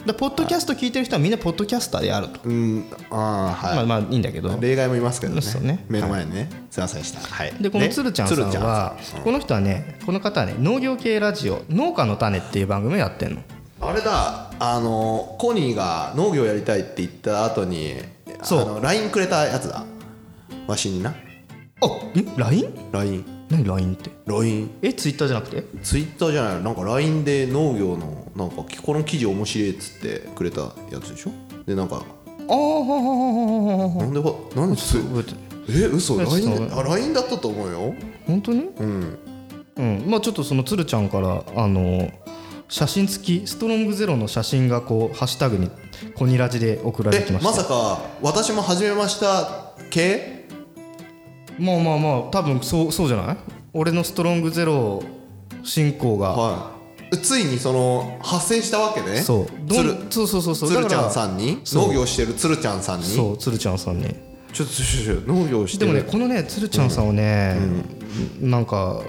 Speaker 1: だポッドキャスト聞いてる人はみんなポッドキャスターであると、
Speaker 2: うん、ああはい、
Speaker 1: まあまあいいんだけど
Speaker 2: 例外もいますけどね
Speaker 1: そうね
Speaker 2: 目の前にね、すいませんでした、はい、
Speaker 1: でこのつるちゃんさん
Speaker 2: ねつる
Speaker 1: は
Speaker 2: ちゃんさん
Speaker 1: この人はねこの方はね農業系ラジオ「農家の種」っていう番組をやってんの
Speaker 2: あれだあのコニーが農業やりたいって言った後に
Speaker 1: そう
Speaker 2: あの LINE くれたやつだわしにな
Speaker 1: あん LINE?
Speaker 2: LINELINE
Speaker 1: 何 LINE ってえツイッターじゃなくて
Speaker 2: ツイッターじゃないなんか LINE で農業のなんかこの記事面白いっつってくれたやつでしょでなんか
Speaker 1: ああ
Speaker 2: なんでわなんでつえ嘘
Speaker 1: え
Speaker 2: LINE
Speaker 1: そう
Speaker 2: であ LINE だったと思うよ
Speaker 1: 本当に
Speaker 2: うん
Speaker 1: うんまあちょっとそのつるちゃんからあの写真付きストロングゼロの写真がこうハッシュタグにコニラジで送られてき
Speaker 2: え
Speaker 1: ました
Speaker 2: まさか私も始めました系
Speaker 1: まあまあまあ多分そうそうじゃない俺のストロングゼロ進行が、
Speaker 2: はいついにその発生したわけね
Speaker 1: そうど
Speaker 2: つ
Speaker 1: ん
Speaker 2: る
Speaker 1: そうそうそうそう
Speaker 2: つるちゃん
Speaker 1: ん
Speaker 2: さんに
Speaker 1: そう
Speaker 2: 農業してるつるちゃんさんに
Speaker 1: そうつるちゃんさんに
Speaker 2: ちょっとちょちょちょ農業して
Speaker 1: で
Speaker 2: る
Speaker 1: もねこのねつるちゃんさんはね、なんか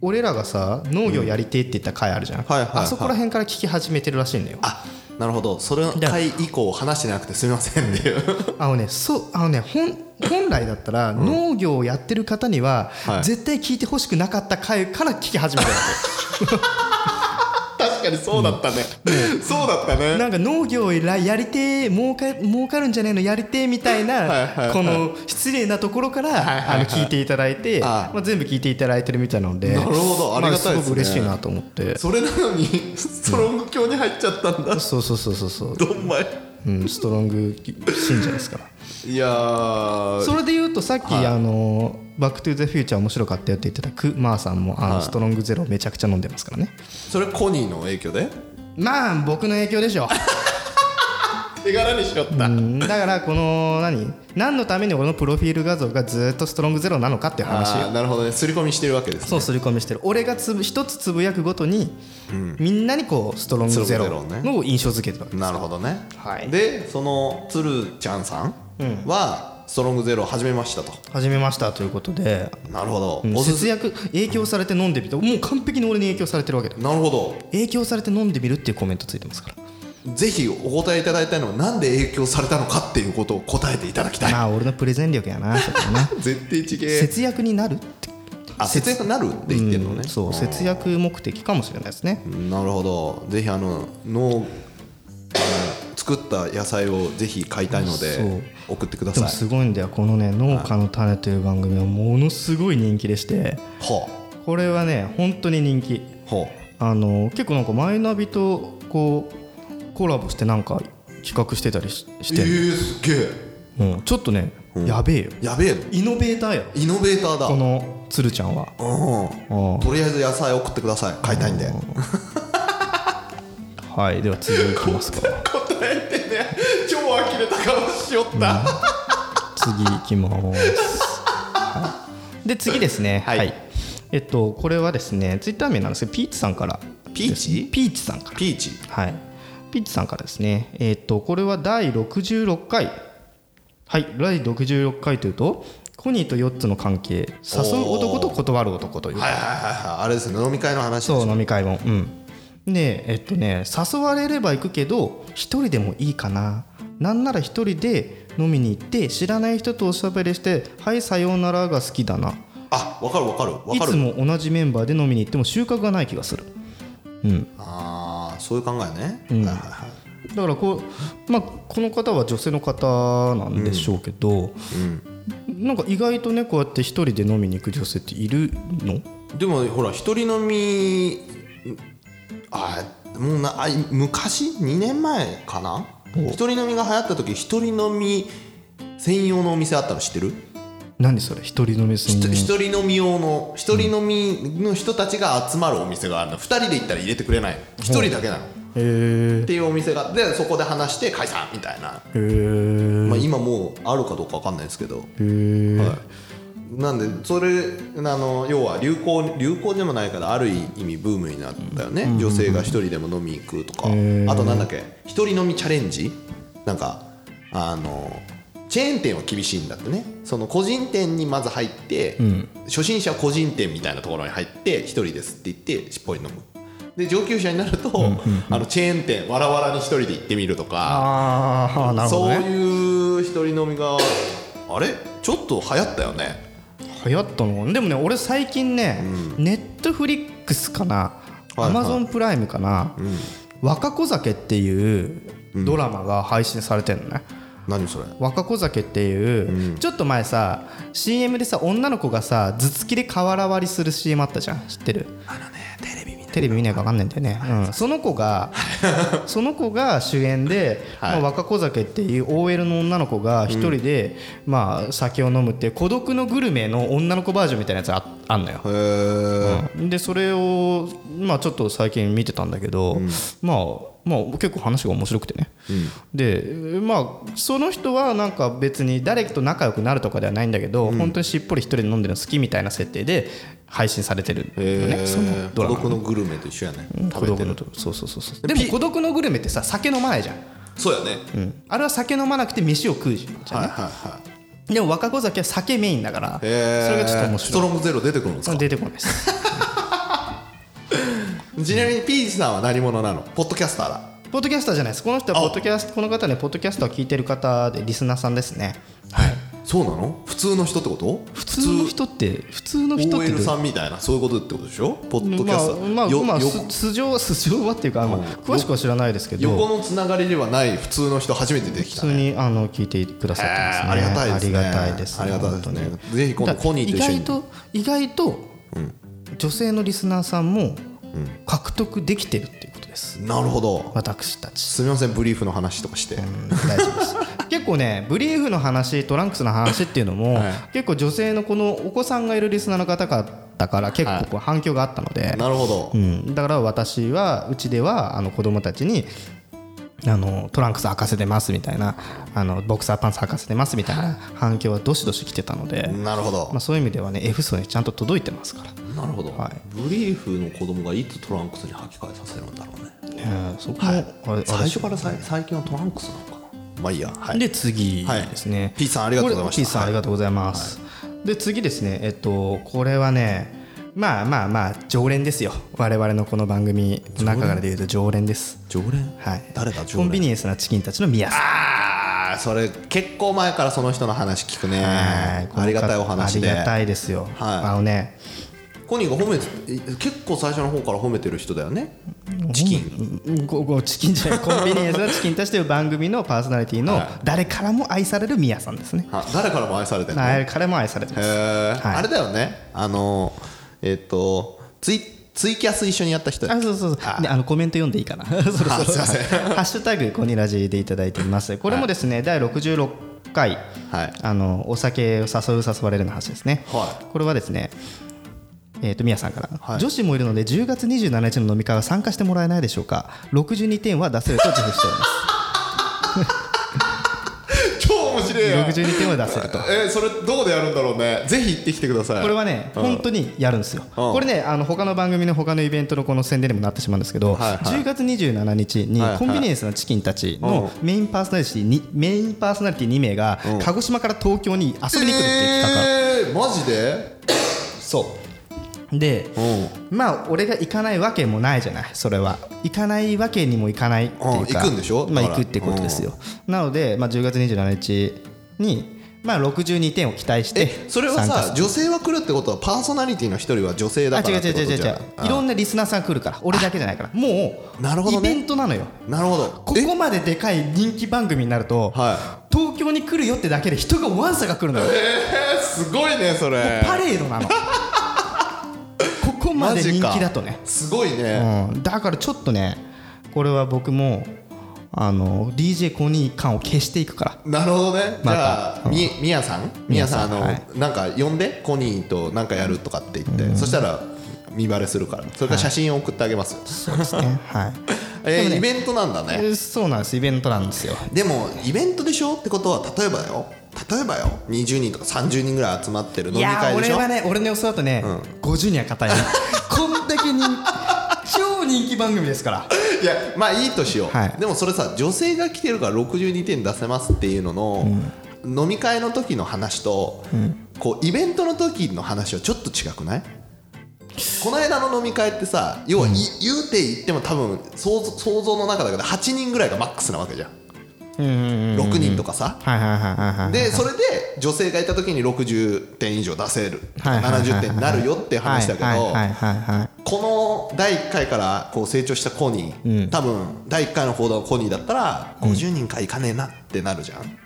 Speaker 1: 俺らがさ農業やりてえって言った回あるじゃん、
Speaker 2: はいはいはい
Speaker 1: あそこら辺から聞き始めてるらしいんだよ
Speaker 2: あなるほどそれの
Speaker 1: だ
Speaker 2: 回以降話してなくてすみませんっていう
Speaker 1: あのねそうあのね本本来だったら農業をやってる方には
Speaker 2: はい
Speaker 1: 絶対聞いてほしくなかった回から聞き始めたんで す
Speaker 2: 確かにそうだったね、そうだった
Speaker 1: よ
Speaker 2: ね
Speaker 1: なんか農業をややりてえ儲か儲かるんじゃないのやりてえみたい
Speaker 2: はいはいは
Speaker 1: ないこの失礼なところか
Speaker 2: はい
Speaker 1: ら
Speaker 2: はい
Speaker 1: あ
Speaker 2: は
Speaker 1: の
Speaker 2: い
Speaker 1: 聞いていただいて
Speaker 2: あ
Speaker 1: まあ全部聞いていただいてるみたいなので
Speaker 2: なるほどありがたいですね
Speaker 1: まあごく嬉しいなと思って
Speaker 2: それなのにストロング教に入っちゃったんだ
Speaker 1: そうそうそうそうそう
Speaker 2: どんまい
Speaker 1: うんストロング信者ですから
Speaker 2: いやー
Speaker 1: それで言うとさっき、あのバック・トゥ・ザ・フューチャー面白かったよって言ってたクマーさんもあの、
Speaker 2: はい
Speaker 1: ストロングゼロめちゃくちゃ飲んでますからね
Speaker 2: それコニーの影響で
Speaker 1: まあ僕の影響でしょ
Speaker 2: 手柄にしよった、
Speaker 1: うんだからこの何何のために俺のプロフィール画像がずっとストロングゼロなのかっていう
Speaker 2: あ
Speaker 1: 話
Speaker 2: ー
Speaker 1: よ
Speaker 2: なるほどね刷り込みしてるわけです
Speaker 1: そう刷り込みしてる俺がつぶ一つつぶやくごとに、みんなにこうストロングゼ
Speaker 2: ストロ
Speaker 1: ロ
Speaker 2: ングゼロね
Speaker 1: のを印象付けてるわけ
Speaker 2: なるほどね、
Speaker 1: はい
Speaker 2: でそのつるちゃんさんは、ストロングゼロ始めましたと
Speaker 1: 始めましたということで、
Speaker 2: なるほど、
Speaker 1: うん
Speaker 2: おすす
Speaker 1: 節約影響されて飲んでみてもう完璧に俺に影響されてるわけだよ
Speaker 2: なるほ
Speaker 1: 影響されて飲んでみるっていうコメントついてますから
Speaker 2: どぜひお答えいただいたいのはなんで影響されたのかっていうことを答えていただきたい、
Speaker 1: まあ俺のプレゼン力や なそこね
Speaker 2: 絶対ちげえ
Speaker 1: 節約になるって
Speaker 2: あ節約になるって言ってるのね、
Speaker 1: そう節約目的かもしれないですね
Speaker 2: なるほどぜひあの農あの作った野菜をぜひ買いたいの
Speaker 1: そ
Speaker 2: で
Speaker 1: う
Speaker 2: 送ってくだ
Speaker 1: で
Speaker 2: さ
Speaker 1: も
Speaker 2: い
Speaker 1: すごいんだよこのね「農家の種」という番組はものすごい人気でして
Speaker 2: ほ
Speaker 1: これはね本当に人気
Speaker 2: うほ
Speaker 1: あの結構なんかマイナビとこうコラボしてなんか企画してたりし
Speaker 2: う
Speaker 1: し
Speaker 2: え
Speaker 1: て、
Speaker 2: ー、すげ
Speaker 1: うん、ちょっとね、やべえよ
Speaker 2: えやべえの
Speaker 1: イノベーターよ
Speaker 2: イノベーターだ
Speaker 1: このつるちゃんは
Speaker 2: うんとりあえず野菜送ってください買いたいんで
Speaker 1: はいでは続きますか
Speaker 2: 超呆れた顔しよった、
Speaker 1: 次行きます、はい、で次ですね
Speaker 2: はい
Speaker 1: えっとこれはですねツイッター名なんですけどピーチさんから
Speaker 2: ピーチ
Speaker 1: ピーチさんから
Speaker 2: ピーチ
Speaker 1: はいピーチさんからですねえっとこれは第66回はい第66回というとコニーと4つの関係誘う男と断る男という
Speaker 2: はいはいはいはいあれですね飲み会の話で
Speaker 1: そ
Speaker 2: す
Speaker 1: う飲み会もうんでえっとね誘われれば行くけど一人でもいいかななんなら一人で飲みに行って知らない人とおしゃべりして「はいさようなら」が好きだな
Speaker 2: あわかるわかるわ
Speaker 1: い
Speaker 2: か
Speaker 1: つ
Speaker 2: る
Speaker 1: も同じメンバーで飲みに行っても収穫がない気がする
Speaker 2: ああそういう考えね、はいはいはい
Speaker 1: だからこう、まあ、この方は女性の方なんでしょうけど、なんか意外とねこうやって一人で飲みに行く女性っているの
Speaker 2: でもほら一人飲みあもうなあい昔2年前かな一人飲みが流行った時一人飲み専用のお店あったの知ってる
Speaker 1: 何それ一人飲みす
Speaker 2: ひ
Speaker 1: る
Speaker 2: と一人飲み用の一人飲みの人たちが集まるお店があるの二人で行ったら入れてくれないの一人だけなの
Speaker 1: へえ
Speaker 2: っていうお店があってそこで話して解散みたいな、
Speaker 1: へえ
Speaker 2: まあ、今もうあるかどうかわかんないですけど
Speaker 1: へえ
Speaker 2: なんでそれあの要は流行流行でもないからある意味ブームになったよね、女性が一人でも飲みに行くとか、あとなんだっけ一人飲みチャレンジなんかあのチェーン店は厳しいんだってねその個人店にまず入って、初心者は個人店みたいなところに入って一人ですって言ってしっぽり飲むで上級者になると、あのチェーン店わらわらに一人で行ってみるとか
Speaker 1: ああなるほど
Speaker 2: そう
Speaker 1: ね
Speaker 2: いう一人飲みがあれちょっと流行ったよね
Speaker 1: 流行ったのでもね俺最近ねネットフリックスかなア
Speaker 2: はい
Speaker 1: マゾンプライムかな「若子酒」っていうドラマが配信されてるのね
Speaker 2: 何それ
Speaker 1: 若子酒っていう、ちょっと前さ CM でさ女の子がさ頭突きで瓦割りする CM あったじゃん知ってるあのねテレビ見ないテレビ見ないか分かんないんだよね、うん、その子 がその子が主演で、まあ、若子酒っていう OL の女の子が一人で、まあ、酒を飲むっていう孤独のグルメの女の子バージョンみたいなやつああんのよ
Speaker 2: へえ
Speaker 1: でそれを、まあ、ちょっと最近見てたんだけど、まあまあ、結構話が面白くてね、でまあその人はなんか別に誰と仲良くなるとかではないんだけど、本当にしっぽり一人で飲んでるの好きみたいな設定で配信されてるよねそのド
Speaker 2: 孤
Speaker 1: ラマ
Speaker 2: 独のグルメと一緒やね
Speaker 1: 孤
Speaker 2: 食べ
Speaker 1: 独
Speaker 2: て
Speaker 1: の
Speaker 2: る
Speaker 1: とそうそうそうそうでも孤独のグルメってさ酒飲まないじゃん、
Speaker 2: そうやね
Speaker 1: うん、あれは酒飲まなくて飯を食うじゃん、
Speaker 2: はいはいはい
Speaker 1: でも若子酒は酒メインだからそ
Speaker 2: へー
Speaker 1: れがちょっと面
Speaker 2: ス
Speaker 1: 白
Speaker 2: ト
Speaker 1: い
Speaker 2: ロングゼロ出てくるんですか
Speaker 1: 出てこないです
Speaker 2: ちなみにピーチさんは何者なのポッドキャスターだ
Speaker 1: ポッドキャスターじゃないです。この人はポッドキャストこの方ね、ポッドキャストを聞いてる方でリスナーさんですね。
Speaker 2: そうなの普通の人ってこと
Speaker 1: 普通の人って普通の人って
Speaker 2: OL さんみたいなそういうことってことでしょポッドキ
Speaker 1: ま
Speaker 2: ャス
Speaker 1: あ
Speaker 2: ター、
Speaker 1: まあ
Speaker 2: よ
Speaker 1: まあ
Speaker 2: よ
Speaker 1: す素性は素性はっていうか、まあ、詳しくは知らないですけど、
Speaker 2: 横
Speaker 1: 普
Speaker 2: のつながりではない普通の人初めて出てきた
Speaker 1: 通
Speaker 2: ね
Speaker 1: にあの聞いてくださってますね。
Speaker 2: ありがたいですね
Speaker 1: ありがたいです。
Speaker 2: ありがたいです
Speaker 1: 本
Speaker 2: ねぜひ今
Speaker 1: 当
Speaker 2: 度
Speaker 1: に
Speaker 2: コニーと一緒に
Speaker 1: 意外と意外と女性のリスナーさんも獲得できてるっていうことです。
Speaker 2: なるほど
Speaker 1: 私たち。
Speaker 2: すみませんブリーフの話とかして、
Speaker 1: 大丈夫です結構ねブリーフの話トランクスの話っていうのも、
Speaker 2: はい
Speaker 1: 結構女性のこのお子さんがいるリスナーの方々から結構こう反響があったので、
Speaker 2: なるほど、
Speaker 1: うん、だから私はうちではあの子供たちにあのトランクス履かせてますみたいなあのボクサーパンツ履かせてますみたいな反響はどしどし来てたので、
Speaker 2: なるほど、
Speaker 1: まあ、そういう意味ではね F 層にちゃんと届いてますから。
Speaker 2: なるほど、
Speaker 1: はい
Speaker 2: ブリーフの子供がいつトランクスに履き替えさせるんだろうね
Speaker 1: ねそこもあれあ
Speaker 2: 最
Speaker 1: れ
Speaker 2: 初からさい最近はトランクスなのかなまあいいやはい
Speaker 1: で次ですね、
Speaker 2: はい P さんありがとうございました
Speaker 1: これ P さんありがとうございます、で次ですねえっとこれはねまあまあまあ常連ですよ我々のこの番組の中からでいうと常連です
Speaker 2: 常連、
Speaker 1: はい
Speaker 2: 誰だ常
Speaker 1: コンビ
Speaker 2: 連
Speaker 1: ニエンスなチキンたちの宮さん
Speaker 2: ああそれ結構前からその人の話聞くね、
Speaker 1: はい
Speaker 2: ありがたいお話で
Speaker 1: ありがたいですよ、
Speaker 2: はい
Speaker 1: あのね
Speaker 2: コニーが褒めて結構最初の方から褒めてる人だよねチキン
Speaker 1: うんここチキンじゃな いコンビニエンスなチキンたちという番組のパーソナリティの誰からも愛される宮さんですね、
Speaker 2: は誰からも愛されてるね、
Speaker 1: はい、彼も愛されてま
Speaker 2: へ
Speaker 1: す
Speaker 2: ー
Speaker 1: はい
Speaker 2: あれだよねあのえっ、とツイツイキャス一緒にやった人だ
Speaker 1: あそうそうそう、ね、あのコメント読んでいいかなそろそろ
Speaker 2: あすいません
Speaker 1: ハッシュタグコニラジでいただいていますこれもですね、第66回、
Speaker 2: はい
Speaker 1: あのお酒を誘う誘われるの話ですね、
Speaker 2: はい
Speaker 1: これはですねえー、と宮さんから、
Speaker 2: はい
Speaker 1: 女子もいるので10月27日の飲み会は参加してもらえないでしょうか62点は出せると自負しておりま
Speaker 2: 超面白いやん
Speaker 1: す62点は出せると
Speaker 2: えーそれどこでやるんだろうねぜひ行ってきてください
Speaker 1: これはね、本当にやるんですよ、これね、あの他の番組の他のイベントのこの宣伝にもなってしまうんですけど、
Speaker 2: はいはい
Speaker 1: 10月27日に
Speaker 2: はいはい
Speaker 1: コンビニエンスのチキンたちのメインパーソナリティにメインパーソナリティ2名が鹿児島から東京に遊びに来るっていう企画が、
Speaker 2: えーマジでそ
Speaker 1: で、
Speaker 2: ううん
Speaker 1: まあ俺が行かないわけもないじゃないそれは行かないわけにもいかないっていうか
Speaker 2: うん行くんでしょ
Speaker 1: まあ
Speaker 2: だ
Speaker 1: 行
Speaker 2: から
Speaker 1: くってことですよ、なので、まあ、10月27日に、まあ、62点を期待して
Speaker 2: それは
Speaker 1: 参加す
Speaker 2: さ
Speaker 1: る
Speaker 2: 女性は来るってことはパーソナリティの一人は女性だから
Speaker 1: あ
Speaker 2: っ
Speaker 1: 違う
Speaker 2: て
Speaker 1: 違う
Speaker 2: こ
Speaker 1: 違う違う
Speaker 2: とじ
Speaker 1: 違
Speaker 2: ゃ
Speaker 1: ういろんなリスナーさん来るから俺だけじゃないからもう
Speaker 2: なるほどね
Speaker 1: イベントなのよ
Speaker 2: なるほど
Speaker 1: こ
Speaker 2: え
Speaker 1: こまででかい人気番組になると、
Speaker 2: は
Speaker 1: 東京に来るよってだけで人がわんさか来るのよ、
Speaker 2: えーすごいねそれ
Speaker 1: パレードな のここまで人気だとね、
Speaker 2: すごいね、
Speaker 1: うん、だからちょっとねこれは僕もあの DJ コニー感を消していく から
Speaker 2: なるほどね。じ
Speaker 1: また
Speaker 2: ゃあ、み、みやさん、みやさん、あ
Speaker 1: み
Speaker 2: の、
Speaker 1: やさんはい
Speaker 2: なんか呼んで、コニーとなんかやるとかって言って、そしたら。見バレするから、それから写真を送ってあげますよ。
Speaker 1: そうですね はい
Speaker 2: え
Speaker 1: でも
Speaker 2: ー
Speaker 1: ね
Speaker 2: イベントなんだ
Speaker 1: え
Speaker 2: ね。
Speaker 1: ーそうなんですイベントなんですよ
Speaker 2: でも、イベントでしょってことは、例えばよ。例えばよ、20人とか30人ぐらい集まってる飲
Speaker 1: い
Speaker 2: み
Speaker 1: やー
Speaker 2: 会でし
Speaker 1: 俺
Speaker 2: ょ
Speaker 1: はね俺の予想だとね、50には硬い なこんだけ人超人気番組ですから
Speaker 2: いやまあいいとしよう、
Speaker 1: はい
Speaker 2: でもそれさ女性が来てるから62点出せますっていうのの、飲み会の時の話と、こうイベントの時の話はちょっと違くないこの間の飲み会ってさ要は、い言うて言っても多分想像想像の中だけど8人ぐらいがマックスなわけじゃん,、
Speaker 1: うんうんうん
Speaker 2: 6人とかさ、
Speaker 1: はいはいはいはいはい
Speaker 2: でそれで女性がいた時に60点以上出せる、
Speaker 1: はいはいはいはい
Speaker 2: 70点になるよって話だけど、
Speaker 1: はいはいはいはい
Speaker 2: この第1回からこう成長したコニー、多分第1回の報道のコニーだったら50人かいかねえなってなるじゃん、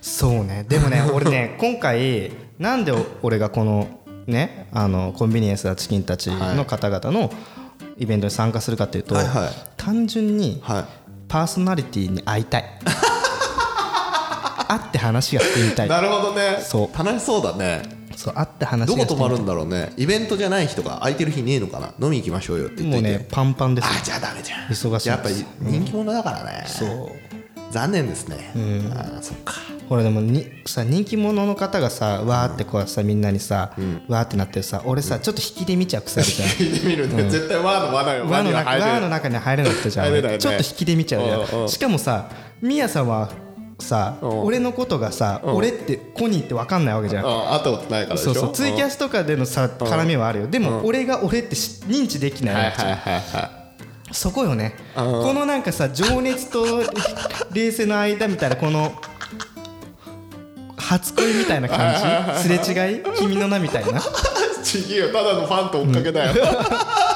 Speaker 1: そうねでも ね俺ね今回なんで俺がこのねあのコンビニエンスだチキンたちの方々のイベントに参加するかっていうと、
Speaker 2: はいはい
Speaker 1: 単純に
Speaker 2: はい
Speaker 1: パーソナリティに会い たい会って話がしてみたい
Speaker 2: なるほどね
Speaker 1: そう
Speaker 2: 楽しそうだね
Speaker 1: そう会って話が
Speaker 2: ど
Speaker 1: して
Speaker 2: こ
Speaker 1: みたい
Speaker 2: 泊まるんだろうねイベントじゃない人が空いてる日ねえのかな飲み行きましょうよって言っ
Speaker 1: も
Speaker 2: て
Speaker 1: う
Speaker 2: いて
Speaker 1: ねパンパンですよ
Speaker 2: あじゃあダメじゃん
Speaker 1: 忙しい
Speaker 2: やっぱり人気者だからね、
Speaker 1: そう
Speaker 2: 残念ですね、ああそっか
Speaker 1: ほらでもにさ人気者の方がさわーってこうさみんなにさ、わーってなってるさ俺さ、ちょっと引きで見ちゃう癖あるじゃん
Speaker 2: 聞いてみるね、絶対ワーの罠よ
Speaker 1: 輪の
Speaker 2: には
Speaker 1: 中
Speaker 2: 入れ
Speaker 1: 輪の中に入れなくてじゃん、
Speaker 2: 入れないね
Speaker 1: ちょっと引きで見ちゃうじ
Speaker 2: うん
Speaker 1: ゃ
Speaker 2: うん
Speaker 1: んしかもさみやさんはさ
Speaker 2: ん
Speaker 1: 俺のことがさ俺ってコニーって分かんないわけじゃん
Speaker 2: ああ会ったことないからでし
Speaker 1: そ
Speaker 2: ょ
Speaker 1: うそうツイキャ
Speaker 2: ス
Speaker 1: スとかでのさ絡みはあるよでも俺が俺ってし認知できない
Speaker 2: はい
Speaker 1: わけじゃん
Speaker 2: はいはいは
Speaker 1: そこよねこのなんかさ情熱と冷静の間みたいなこの初恋みたいな感じすれ違い君の名みたいない
Speaker 2: ちぎよただのファンと追っかけだよ、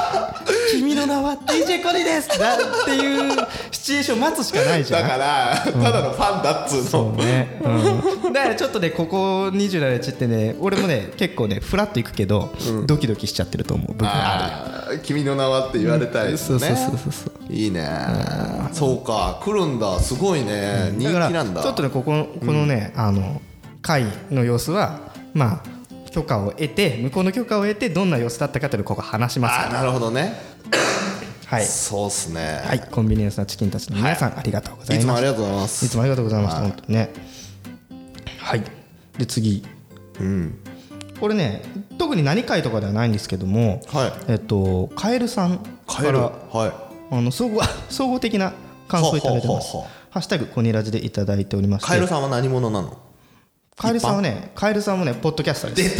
Speaker 1: 君の名は DJ コニーですだっていうシチュエーション待つしかないじゃん
Speaker 2: だから、ただのファンだっつう
Speaker 1: そう
Speaker 2: の
Speaker 1: ね、うん、だからちょっとねここ20代のうちってね俺もね結構ねフラッといくけど、ドキドキしちゃってると思う部分あ
Speaker 2: あー君の名はって言われたいですね、
Speaker 1: うんそうそうそうそう
Speaker 2: いいね、そうか来るんだすごいね、
Speaker 1: る
Speaker 2: 人気
Speaker 1: だ
Speaker 2: なん
Speaker 1: か
Speaker 2: だ
Speaker 1: らちょっとねここのこのね、あの会の様子はまあ許可を得て向こうの許可を得てどんな様子だったかっていうのをここ話します
Speaker 2: あ
Speaker 1: か
Speaker 2: ーなるほどね
Speaker 1: らはい、
Speaker 2: そうっすね、
Speaker 1: はい、コンビニエンスなチキンたちの皆さん、ありがとうございま
Speaker 2: い
Speaker 1: す
Speaker 2: つもありがとうございます
Speaker 1: いつもありがとうございました、
Speaker 2: はい
Speaker 1: 本当にね。はい、で次、これね、特に何回とかではないんですけども、
Speaker 2: はい
Speaker 1: えっと、カエルさん
Speaker 2: 帰
Speaker 1: か
Speaker 2: る
Speaker 1: ら
Speaker 2: は
Speaker 1: あの総合 総合的な感想をいただいてます。
Speaker 2: はははは
Speaker 1: ハッシュタグコニラジでいただいておりまし
Speaker 2: い
Speaker 1: て
Speaker 2: カエルさんは何者なの
Speaker 1: カエルさんはねカエルさんもねポッドキャスターです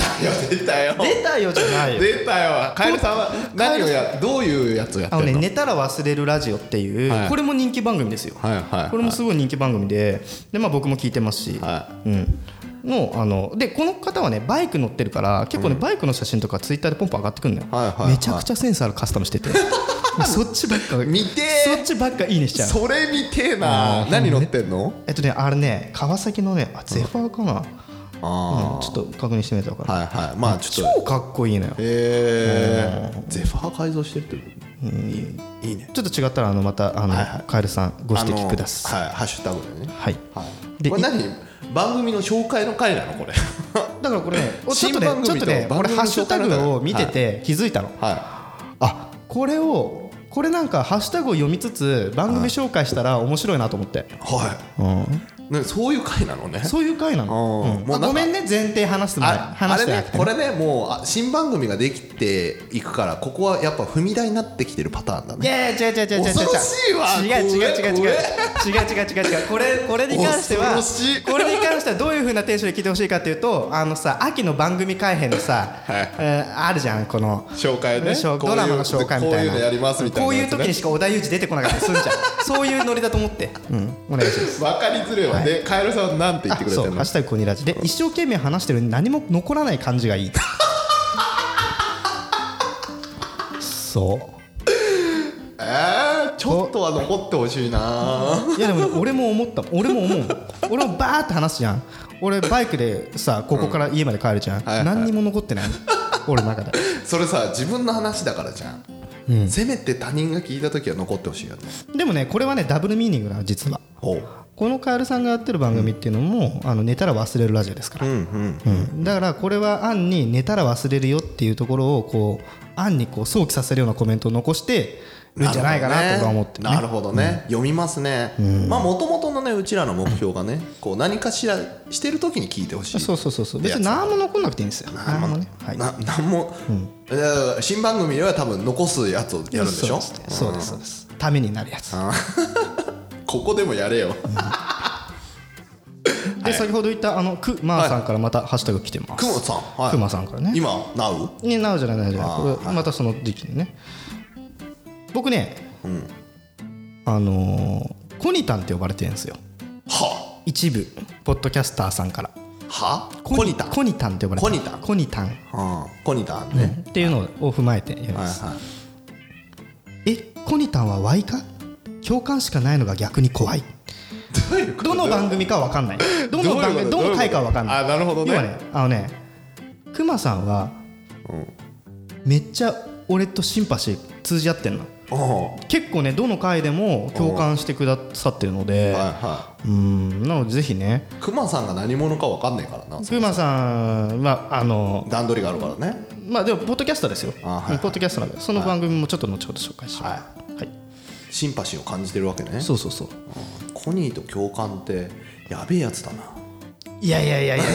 Speaker 2: 出たよ出たよ
Speaker 1: 出たよじゃないよ
Speaker 2: 出たよカエルさんは何をやどういうやつをやって
Speaker 1: あの
Speaker 2: る
Speaker 1: ね
Speaker 2: の
Speaker 1: 寝たら忘れるラジオっていう、
Speaker 2: はい
Speaker 1: これも人気番組ですよ、
Speaker 2: はいはい
Speaker 1: これもすごい人気番組でで、まあ、僕も聞いてますし、
Speaker 2: は
Speaker 1: うん、のあのでこの方はねバイク乗ってるから結構ね、バイクの写真とかツイッターでポンポン上がってくるのよ、
Speaker 2: はいはいはい
Speaker 1: めちゃくちゃセンスあるカスタム しててそっちばっか
Speaker 2: 見てー
Speaker 1: そっちばっかいいねしちゃう
Speaker 2: それ見てえな何乗ってんの
Speaker 1: えっとねあれね川崎のねあゼファーかな、う
Speaker 2: あ
Speaker 1: んちょっと確認してみたから、
Speaker 2: あはいはいまあちょっと
Speaker 1: 超かっこいいのよ
Speaker 2: ええゼファー改造してるってこといいいいね
Speaker 1: ちょっと違ったらあのまたあの、カエルさんご指
Speaker 2: あ
Speaker 1: 摘
Speaker 2: の
Speaker 1: ください
Speaker 2: はいハッシュタグでね
Speaker 1: はい、
Speaker 2: はい
Speaker 1: で
Speaker 2: これ何番組の紹介の回なのこれ
Speaker 1: だからこれねちょっと
Speaker 2: 新番
Speaker 1: ね
Speaker 2: 組
Speaker 1: ちょっとね
Speaker 2: と番
Speaker 1: 俺
Speaker 2: 組
Speaker 1: ハッ
Speaker 2: の
Speaker 1: シュ
Speaker 2: 紹
Speaker 1: タ
Speaker 2: 介なんだ
Speaker 1: グを見てて気づいたの、
Speaker 2: は
Speaker 1: あこれをこれなんかハッシュタグを読みつつ番組紹介したら面白いなと思って、
Speaker 2: いは
Speaker 1: うん
Speaker 2: いねそういう回なのね
Speaker 1: そういう回なの、
Speaker 2: うん
Speaker 1: うん
Speaker 2: もうなんか
Speaker 1: あごめんね前提話す前
Speaker 2: ああ
Speaker 1: 話し
Speaker 2: れ
Speaker 1: てな
Speaker 2: ね
Speaker 1: くてね
Speaker 2: これねもうあ新番組ができていくからここはやっぱ踏み台になってきてるパターンだ
Speaker 1: い
Speaker 2: ね
Speaker 1: やいや違う違う違う違う違う
Speaker 2: 恐ろしいわ
Speaker 1: 違う違う違う違う違う違う違う違う
Speaker 2: これ
Speaker 1: 違うこれこれに関しては
Speaker 2: 恐ろしい
Speaker 1: これに関してはどういう風なテンションで聞いてほしいかっていうとあのさ秋の番組改編のさ、
Speaker 2: はい
Speaker 1: えーあるじゃんこの
Speaker 2: 紹介ね
Speaker 1: 紹
Speaker 2: こういう
Speaker 1: ドラマの紹介みたいな
Speaker 2: こういうのやりますみたいな
Speaker 1: こうい
Speaker 2: や
Speaker 1: う
Speaker 2: つね
Speaker 1: 時にしか織田裕二出てこなかったりするじゃんそういうノリだと思って、うん、お願いします
Speaker 2: わかりづれはねカエルさんなんて言ってくれ
Speaker 1: そ
Speaker 2: て
Speaker 1: う「
Speaker 2: る
Speaker 1: ハ
Speaker 2: の
Speaker 1: ッシュタグコニラジ」で一生懸命話してるのに何も残らない感じがいいそう
Speaker 2: えーちょっとは残ってほしいない
Speaker 1: やでもね俺も思った俺も思うもん俺もバーって話すじゃん俺バイクでさここから家まで帰るじゃん、
Speaker 2: はいはい
Speaker 1: 何にも残ってない俺の中で
Speaker 2: それさ自分の話だからじゃんせめて他人が聞いた時は残ってほしいよね
Speaker 1: でもねこれはねダブルミーニングなの実は
Speaker 2: ほう
Speaker 1: このカエルさんがやってる番組っていうのも、あの寝たら忘れるラジオですから、うんだからこれは案に寝たら忘れるよっていうところをこう案にこう想起させるようなコメントを残してるんじゃないかなとか思ってね
Speaker 2: なるほどね、読みますね、まあもともとのねうちらの目標がねこう何かしらしてる時に聞いてほしい
Speaker 1: そうそうそうそう
Speaker 2: ってや
Speaker 1: 別
Speaker 2: つ
Speaker 1: に何も残んなくていいんですよ何もね、はい、
Speaker 2: ななんも、いや新番組では多分残すやつをやるんでしょ
Speaker 1: そうですそうですためになるやつ
Speaker 2: ここでもやれよ
Speaker 1: で先ほど言ったあのくまーさんからまたハッシュタグ来てます
Speaker 2: くまさん、はい、
Speaker 1: くまさんからね
Speaker 2: 今なう
Speaker 1: ねなおじゃないなおじゃない
Speaker 2: あー
Speaker 1: これまたその時期にね僕ねあのーコニタンって呼ばれてるんですよ
Speaker 2: は
Speaker 1: 一部ポッドキャスターさんから
Speaker 2: はコニタ
Speaker 1: コニタンって呼ばれてる
Speaker 2: コニタ
Speaker 1: コ
Speaker 2: ン
Speaker 1: ニタン
Speaker 2: うんコニタね、
Speaker 1: っていうのを踏まえてやり
Speaker 2: は
Speaker 1: ま
Speaker 2: い
Speaker 1: す
Speaker 2: はい
Speaker 1: えコニタンは Y か共感しかないのが逆に怖いどの番組かわかんないどの番組
Speaker 2: ど
Speaker 1: ど
Speaker 2: ういうこと
Speaker 1: の回かわかんない
Speaker 2: どういうことあなるほどね
Speaker 1: 要はねあのねクマさんは
Speaker 2: うん
Speaker 1: めっちゃ俺とシンパシー通じ合ってんの
Speaker 2: お
Speaker 1: 結構ねどの回でも共感してくださってるので
Speaker 2: うはいは
Speaker 1: うんなのでぜひね
Speaker 2: いクマさんが何者か分かんないからな
Speaker 1: クマさんはあの
Speaker 2: 段取りがあるからね
Speaker 1: まあでもポッドキャストですよ
Speaker 2: あはいはい
Speaker 1: ポッドキャストなんでその番組もちょっと後ほど紹介します
Speaker 2: は
Speaker 1: はい
Speaker 2: シンパシーを感じてるわけね
Speaker 1: そうそうそう
Speaker 2: コニーと共感ってやべえやつだない
Speaker 1: やいやいやいやい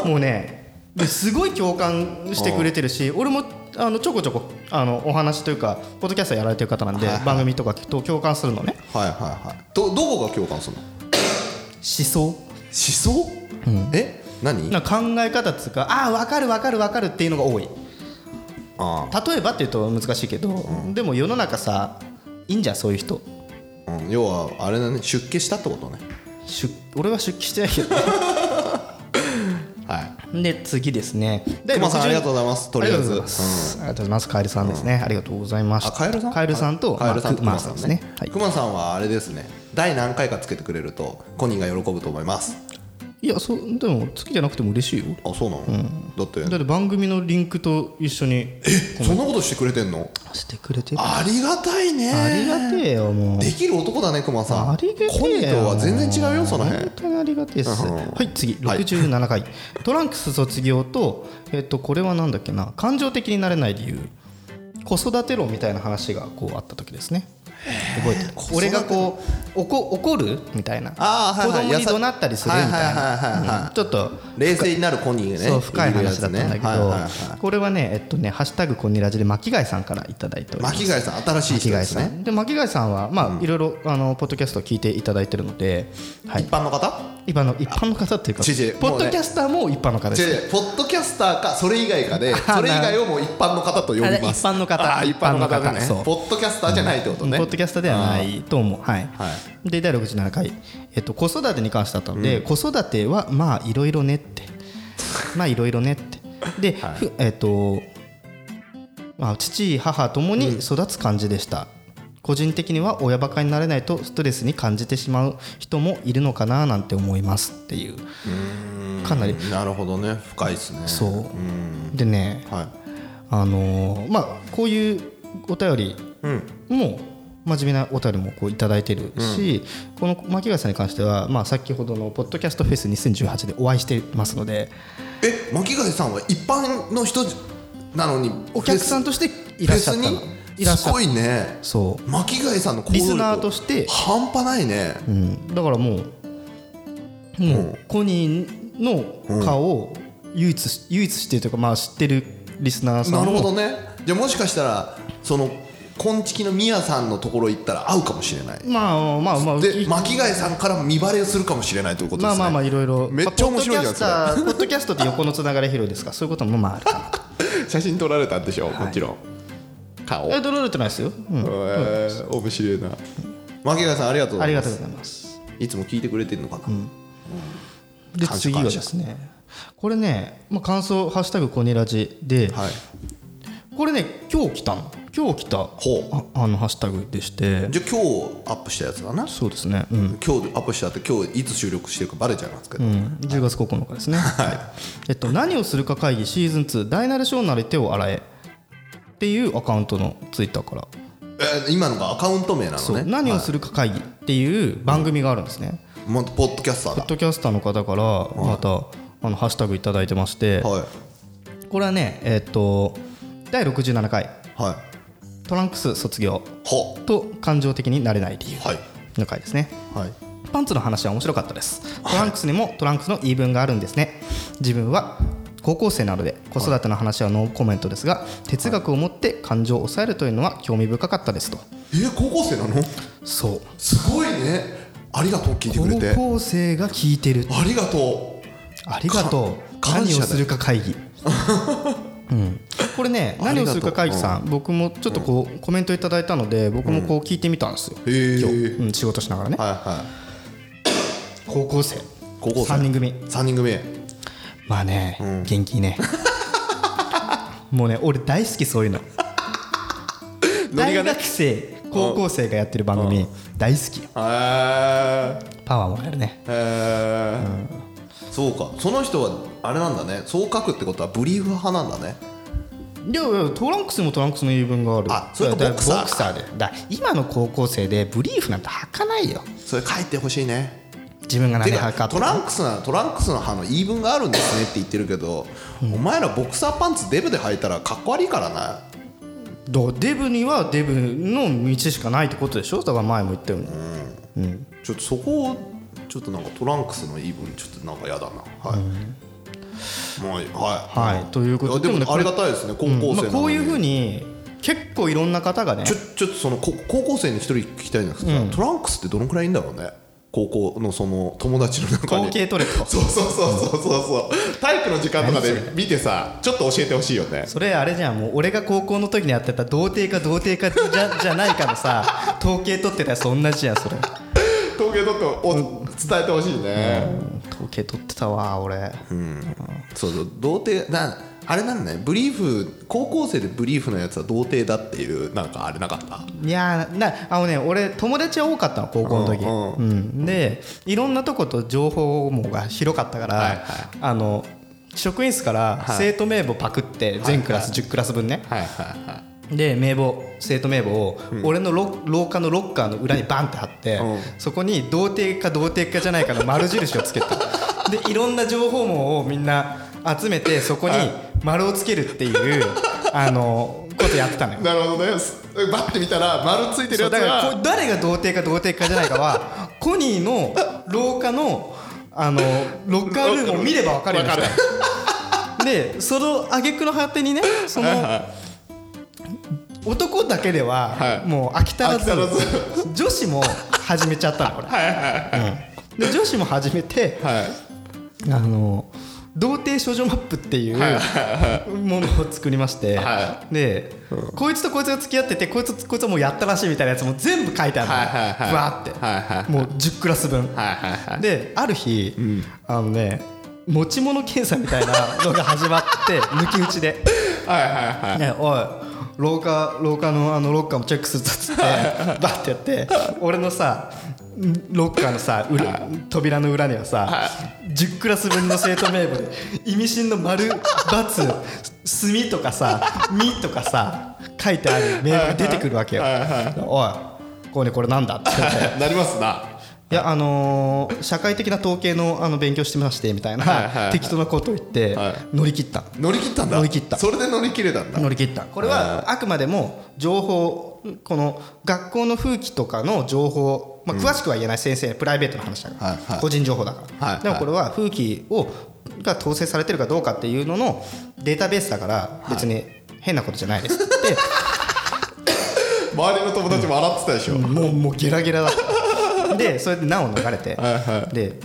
Speaker 1: や もうねですごい共感してくれてるし俺もあのちょこちょこあのお話というかポッドキャストやられてる方なんで
Speaker 2: はいはい
Speaker 1: 番組とかと共感するのね
Speaker 2: はいはいはいどどこが共感するの
Speaker 1: 思想
Speaker 2: 思想、え何
Speaker 1: なんか考え方っつうかああ分かる分かる分かるっていうのが多い
Speaker 2: あ
Speaker 1: 例えばっていうと難しいけど、でも世の中さいいんじゃんそういう人
Speaker 2: あ、うん、要はあれだね出家したってことね
Speaker 1: 出 俺は出勤してないけど
Speaker 2: はい
Speaker 1: で次ですねで
Speaker 2: トマさん
Speaker 1: 60
Speaker 2: ありがとうございますとりあえず
Speaker 1: りがとうございますありがとうございますカエルさんですね、ありがとうございました
Speaker 2: あカエルさん
Speaker 1: カエルさんと、
Speaker 2: カエルさんと
Speaker 1: まあ
Speaker 2: クマ
Speaker 1: クマさ
Speaker 2: さ
Speaker 1: ん
Speaker 2: ん
Speaker 1: です
Speaker 2: ね
Speaker 1: ね
Speaker 2: ク
Speaker 1: は
Speaker 2: マさんはあれですね第何回かつけてくれるとコニーが喜ぶと思います
Speaker 1: いいやそうでも月じゃなくても嬉しいよ
Speaker 2: あそうなの、だって
Speaker 1: だって番組のリンクと一緒に
Speaker 2: そんなことしてくれてんの
Speaker 1: してくれてるあ
Speaker 2: ありがたいね
Speaker 1: りがてえよもう
Speaker 2: できる男だねクマさん
Speaker 1: ありがてえよ
Speaker 2: コニーとは全然違うよその辺
Speaker 1: 本当にありがてえっす
Speaker 2: うん
Speaker 1: はい次
Speaker 2: はい
Speaker 1: 67回 トランクス卒業とえっとこれはなんだっけな感情的になれない理由子育て論みたいな話がこうあった時ですね覚えてる
Speaker 2: 子育て
Speaker 1: 俺がこうおこ怒るみたいな
Speaker 2: あーはい
Speaker 1: 子
Speaker 2: はい
Speaker 1: 供に怒鳴ったりするみたい
Speaker 2: はいはいはいはいはい
Speaker 1: なうんちょっと
Speaker 2: 冷静になるコニーね
Speaker 1: そう深い話だったんだけど、
Speaker 2: いるやつねはいはいはい
Speaker 1: これはねえっとね「ハッシュタグコニラジ」で巻貝さんからいただいております
Speaker 2: 巻貝さん新しい人です
Speaker 1: さ
Speaker 2: ね
Speaker 1: んで巻貝さんはまあいろいろあのポッドキャストを聞いていただいてるので、はい
Speaker 2: 一、般の方
Speaker 1: 一般の一般の方っていうか
Speaker 2: 違う違う
Speaker 1: ポ
Speaker 2: も
Speaker 1: ッ
Speaker 2: うね
Speaker 1: ドキャスターも一般の方で
Speaker 2: 違う
Speaker 1: す
Speaker 2: 違うポッドキャスターかそれ以外か で
Speaker 1: ー
Speaker 2: それ以外をもう一般の方と呼び
Speaker 1: あ
Speaker 2: ます
Speaker 1: 一般の方
Speaker 2: あー一般の方
Speaker 1: 一般
Speaker 2: だ
Speaker 1: の方
Speaker 2: ね
Speaker 1: そう
Speaker 2: ポッドキャスターじゃないってことね
Speaker 1: ポッドキャスターではな
Speaker 2: あ
Speaker 1: いと思うはい、
Speaker 2: は
Speaker 1: で第67回、えっと、子育てに関してだったので、子育てはまあいろいろねってまあいろいろねってで、ふえっとまあ、父母ともに育つ感じでした、個人的には親バカになれないとストレスに感じてしまう人もいるのかななんて思いますっていうかなり
Speaker 2: ーなるほどね深いですね
Speaker 1: そうでね
Speaker 2: はい
Speaker 1: あのーまあこういうお便りも、真面目なお便りもこういただいてるし、この巻貝さんに関しては、まあ、先ほどのポッドキャストフェス2018でお会いしてますので
Speaker 2: え巻貝さんは一般の人なのに
Speaker 1: お客さん
Speaker 2: と
Speaker 1: としていらっしゃったのいらっし
Speaker 2: す
Speaker 1: ゃっ
Speaker 2: ごいね
Speaker 1: そう
Speaker 2: 巻貝さんの行動
Speaker 1: リ
Speaker 2: 力
Speaker 1: スナーとして、
Speaker 2: 半端ないね
Speaker 1: うん、だからもうもうコニーの顔を唯一し唯一知ってるというか、まあ、知ってるリスナーさ
Speaker 2: なんるほど
Speaker 1: も
Speaker 2: ねじゃあもしかしたらその昆虫のミヤさんのところ行ったら会うかもしれない
Speaker 1: まあまあまあ
Speaker 2: で巻貝さんから見バレするかもしれないということです
Speaker 1: まあ
Speaker 2: ね
Speaker 1: まあまあいろいろ
Speaker 2: めっちゃ面白いじゃん
Speaker 1: まあポッドキャスターポッドキャストって横のつながり広いですからそういうこともまああるか
Speaker 2: 写真撮られたんでしょ、もちろん顔、
Speaker 1: なえ取られてないですよ、うん
Speaker 2: えー、面白いな巻貝さんありがとうご
Speaker 1: あ
Speaker 2: ざ
Speaker 1: り
Speaker 2: い
Speaker 1: が
Speaker 2: ま
Speaker 1: とう
Speaker 2: す
Speaker 1: ございます
Speaker 2: いつも聞いてくれてるのかな、
Speaker 1: で
Speaker 2: 感謝
Speaker 1: 次はですねこれね、まあ、感想「ハッシュタグコニラジで」
Speaker 2: はい
Speaker 1: これね今日来たの今日来たあ
Speaker 2: ほ
Speaker 1: あのハッシュタグでして
Speaker 2: じゃあ今日アップしたやつだな
Speaker 1: そうですね、うん
Speaker 2: 今日アップしたって今日いつ収録してるかバレちゃいますけど、
Speaker 1: うん、10月9日ですね、えっと、何をするか会議シーズン2大なる小なり手を洗えっていうアカウントのツイッターから
Speaker 2: えー今のがアカウント名なの
Speaker 1: そう
Speaker 2: ね
Speaker 1: 何をするか会議っていう番組があるんですね、
Speaker 2: もっとポッドキャスター
Speaker 1: ポッ
Speaker 2: だ
Speaker 1: ドキャスターの方からまた、あのハッシュタグいただいてまして、
Speaker 2: はい
Speaker 1: これはねえっと第67回
Speaker 2: はい
Speaker 1: 「トランクス卒業
Speaker 2: ほ」
Speaker 1: と感情的になれない理由
Speaker 2: はい
Speaker 1: の回ですね
Speaker 2: はい
Speaker 1: パンツの話は面白かったですトランクスにもトランクスの言い分があるんですね自分は高校生なので子育ての話はノーコメントですが哲学を持って感情を抑えるというのは興味深かったですと
Speaker 2: えー高校生なの
Speaker 1: そう
Speaker 2: すごいねありがとう聞いてくれて
Speaker 1: 高校生が聞いてる
Speaker 2: ありがと
Speaker 1: ありがとう
Speaker 2: か感
Speaker 1: 何
Speaker 2: 謝だよ
Speaker 1: をするか会議、うん、これね
Speaker 2: あり
Speaker 1: 何
Speaker 2: がとう
Speaker 1: をするか会議さん、僕もちょっとこう、コメントいただいたので僕もこう聞いてみたんですよ、
Speaker 2: うへえ
Speaker 1: 今日、うん、仕事しながらね、
Speaker 2: はいはい
Speaker 1: 高校生
Speaker 2: 高校生
Speaker 1: 3人組
Speaker 2: 3人組
Speaker 1: まあね、元気いい ね もうね俺大好きそういうの
Speaker 2: ノリが
Speaker 1: 大
Speaker 2: ね
Speaker 1: 学生高校生がやってる番組大好きよ
Speaker 2: へ
Speaker 1: パワーもらえるね
Speaker 2: えへえそうかその人はあれなんだねそう書くってことはブリーフ派なんだね
Speaker 1: いやいやトランクスもトランクスの言い分がある
Speaker 2: あそれとボクサ
Speaker 1: だから
Speaker 2: ーか
Speaker 1: ボクサーでだ今の高校生でブリーフなんて履かないよ
Speaker 2: それ書いてほしいね
Speaker 1: 自分が何
Speaker 2: て
Speaker 1: で履くか
Speaker 2: か
Speaker 1: と
Speaker 2: ト
Speaker 1: か
Speaker 2: ランクスなトランクスの歯の言い分があるんですねって言ってるけど、お前らボクサーパンツデブで履いたらかっこ悪いからな
Speaker 1: だからデブにはデブの道しかないってことでしょだから前も言ったように
Speaker 2: ちょっとそこをちょっとなんかトランクスの言い分ちょっとなんかやだなはい、もうはい
Speaker 1: はいということで
Speaker 2: で
Speaker 1: も
Speaker 2: で
Speaker 1: ね
Speaker 2: もありがたいですね高校生なの
Speaker 1: ま
Speaker 2: に、
Speaker 1: あ、こういうふうに結構いろんな方がね
Speaker 2: ちょちょっとそのこ高校生に一人聞きたいんですけど、トランクスってどのくらいいんだろうね高校のその友達の中に
Speaker 1: 統計取れと
Speaker 2: そうそうそうそうそうそう体育の時間とかで見てさちょっと教えてほしいよね
Speaker 1: それあれじゃんもう俺が高校の時にやってた童貞か童貞かじゃじゃないかのさ 統計取ってたやつと同じじゃんそれ
Speaker 2: 統計取ってお伝えてほしいね、
Speaker 1: 統計取ってたわ俺、
Speaker 2: そうそう童貞なあれなんだねブリーフ高校生でブリーフのやつは童貞だっていうなんかあれなかった
Speaker 1: いやーなあのね俺友達は多かったの高校の時、
Speaker 2: うんう
Speaker 1: うんでいろんなとこと情報網が広かったから、
Speaker 2: はいはい
Speaker 1: あの職員室から生徒名簿パクって全クラス10クラス分ね、
Speaker 2: はいはいはい
Speaker 1: で名簿生徒名簿を俺のロ廊下のロッカーの裏にバンって貼って、
Speaker 2: うん
Speaker 1: そこに童貞か童貞かじゃないかの丸印をつけた でいろんな情報網をみんな集めてそこに丸をつけるっていうあのことやってたのよ
Speaker 2: なるほどねすバッて見たら丸ついて
Speaker 1: そう
Speaker 2: るやつ
Speaker 1: だから
Speaker 2: が
Speaker 1: こ誰が童貞か童貞かじゃないかはコニーの廊下のあのロッカールームを見れば分かるように
Speaker 2: わ
Speaker 1: したでその挙句の果てにねその男だけで
Speaker 2: は
Speaker 1: はいもう飽き足らず,、
Speaker 2: 飽き
Speaker 1: 女子も始めちゃったのこれ、うんで女子も始めて
Speaker 2: はい
Speaker 1: あの童貞少女マップっていうものを作りまして、
Speaker 2: は
Speaker 1: で、こいつとこいつが付き合っててこいつとこいつはもうやったらしいみたいなやつも全部書いてあるの
Speaker 2: はいはいはい
Speaker 1: ぶわーって、
Speaker 2: はいはいはい
Speaker 1: もう10クラス分、
Speaker 2: はいはいはい
Speaker 1: である日、あのね持ち物検査みたいなのが始まって 抜き打ちで
Speaker 2: はいはいはい
Speaker 1: ね、おい廊下廊下のあのロッカーもチェックするぞっつってバッてやって俺のさロッカーのさ裏扉の裏にはさ10クラス分の生徒名簿で意味深の丸×墨とかさ「み」とかさ書いてある名簿が出てくるわけよ。おいこうねこれなんだって言って。
Speaker 2: なりますない
Speaker 1: やあのー社会的な統計のあの勉強してましてみたい
Speaker 2: はいはいは
Speaker 1: ない適当なことを言って
Speaker 2: はい
Speaker 1: 乗り切ったの
Speaker 2: 乗り切ったんだ
Speaker 1: 乗り切った
Speaker 2: それで乗り切れたんだ
Speaker 1: 乗り切ったこれはあくまでも情報この学校の風紀とかの情報、まあ、詳しくは言えない先生、プライベートの話だから、
Speaker 2: はいはい
Speaker 1: 個人情報だから、
Speaker 2: はいはい
Speaker 1: でもこれは風紀をが統制されてるかどうかっていうののデータベースだから別に変なことじゃないですって言って、
Speaker 2: 周りの友達も笑ってたでしょ
Speaker 1: もうもうゲラゲラだったでそれで難を逃れて、で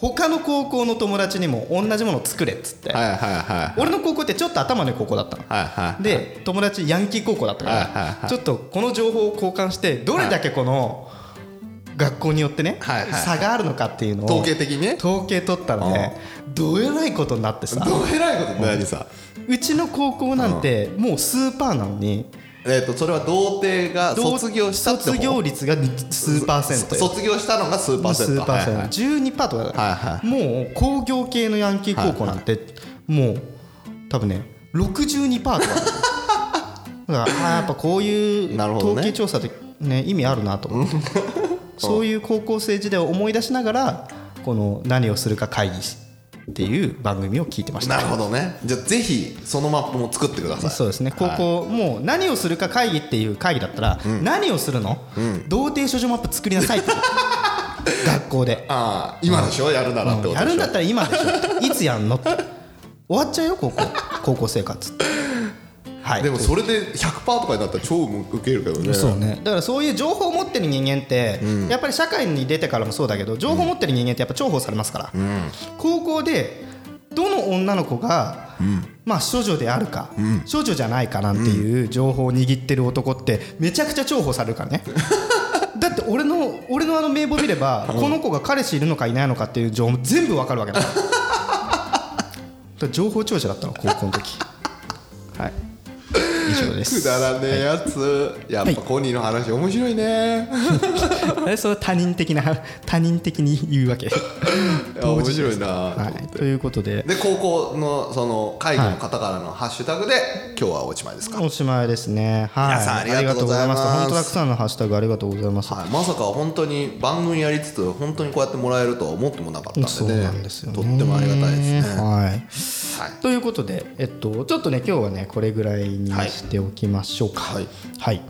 Speaker 1: 他の高校の友達にも同じものを作れっつって、
Speaker 2: はいはいは
Speaker 1: 俺の高校ってちょっと頭のいい高校だったの、
Speaker 2: はいはい
Speaker 1: で友達ヤンキー高校だったから、
Speaker 2: はいはいはい
Speaker 1: ちょっとこの情報を交換してどれだけこの学校によってね、
Speaker 2: はいはい
Speaker 1: 差があるのかっていうのを
Speaker 2: 統計的にね
Speaker 1: 統計取ったらねどえらいことになってさ
Speaker 2: どうえらいこと何さ
Speaker 1: うちの高校なんてもうスーパーなのに
Speaker 2: えっとそれは童貞が卒業したって
Speaker 1: 卒業率が数パーセントよ
Speaker 2: 卒業したのが数パーセント
Speaker 1: 数パーセン
Speaker 2: はい
Speaker 1: ト、
Speaker 2: はい
Speaker 1: 12パーとかだから、
Speaker 2: はい
Speaker 1: もう工業系のヤンキー高校なんて、もう多分ね62パーとかだからだからあーやっぱこういう
Speaker 2: なるほどね
Speaker 1: 統計調査って、ね、意味あるなと思 ってそういう高校生時代を思い出しながらこの何をするか会議っていう番組を聞いてました
Speaker 2: なるほどねじゃあぜひそのマップも作ってください
Speaker 1: そうですね高
Speaker 2: はい
Speaker 1: 校、もう何をするか会議っていう会議だったら、何をするの、童貞処女マップ作りなさいって 学校で
Speaker 2: ああ今でしょやるならってことでしょ
Speaker 1: やるんだったら今でしょいつやんのって終わっちゃうよ高校 高校生活ってはい
Speaker 2: でもそれで100%とかになったら超受けるけどね
Speaker 1: そうねだからそういう情報を持ってる人間って、やっぱり社会に出てからもそうだけど情報を持ってる人間ってやっぱ重宝されますから、高校でどの女の子が、まあ処女であるか、処女じゃないかなんていう情報を握ってる男ってめちゃくちゃ重宝されるから ねだって俺の俺のあの名簿見ればこの子が彼氏いるのかいないのかっていう情報も全部わかるわけだから だから情報長者だったの高校の時はい以上で
Speaker 2: く
Speaker 1: す
Speaker 2: だらねえやつやっぱコニーの話面白いね
Speaker 1: え それ他人的な他人的に言う わけ
Speaker 2: いや面白いなと
Speaker 1: は
Speaker 2: 思って
Speaker 1: い、ということで
Speaker 2: で高校のその会議の方からのハッシュタグで今日はおしまいですか、
Speaker 1: おしまいですねはい
Speaker 2: 皆さんありがとうございます
Speaker 1: ありがとうご本当たくさんのハッシュタグありがとうございます、
Speaker 2: はい、まさか本当に番組やりつつ本当にこうやってもらえるとは思ってもなかったんで,、ね、
Speaker 1: そうなんですよね
Speaker 2: とってもありがたいですね、
Speaker 1: はい
Speaker 2: はい
Speaker 1: ということで、えっと、ちょっとね今日はねこれぐらいにしておきましょうか
Speaker 2: はい、
Speaker 1: はい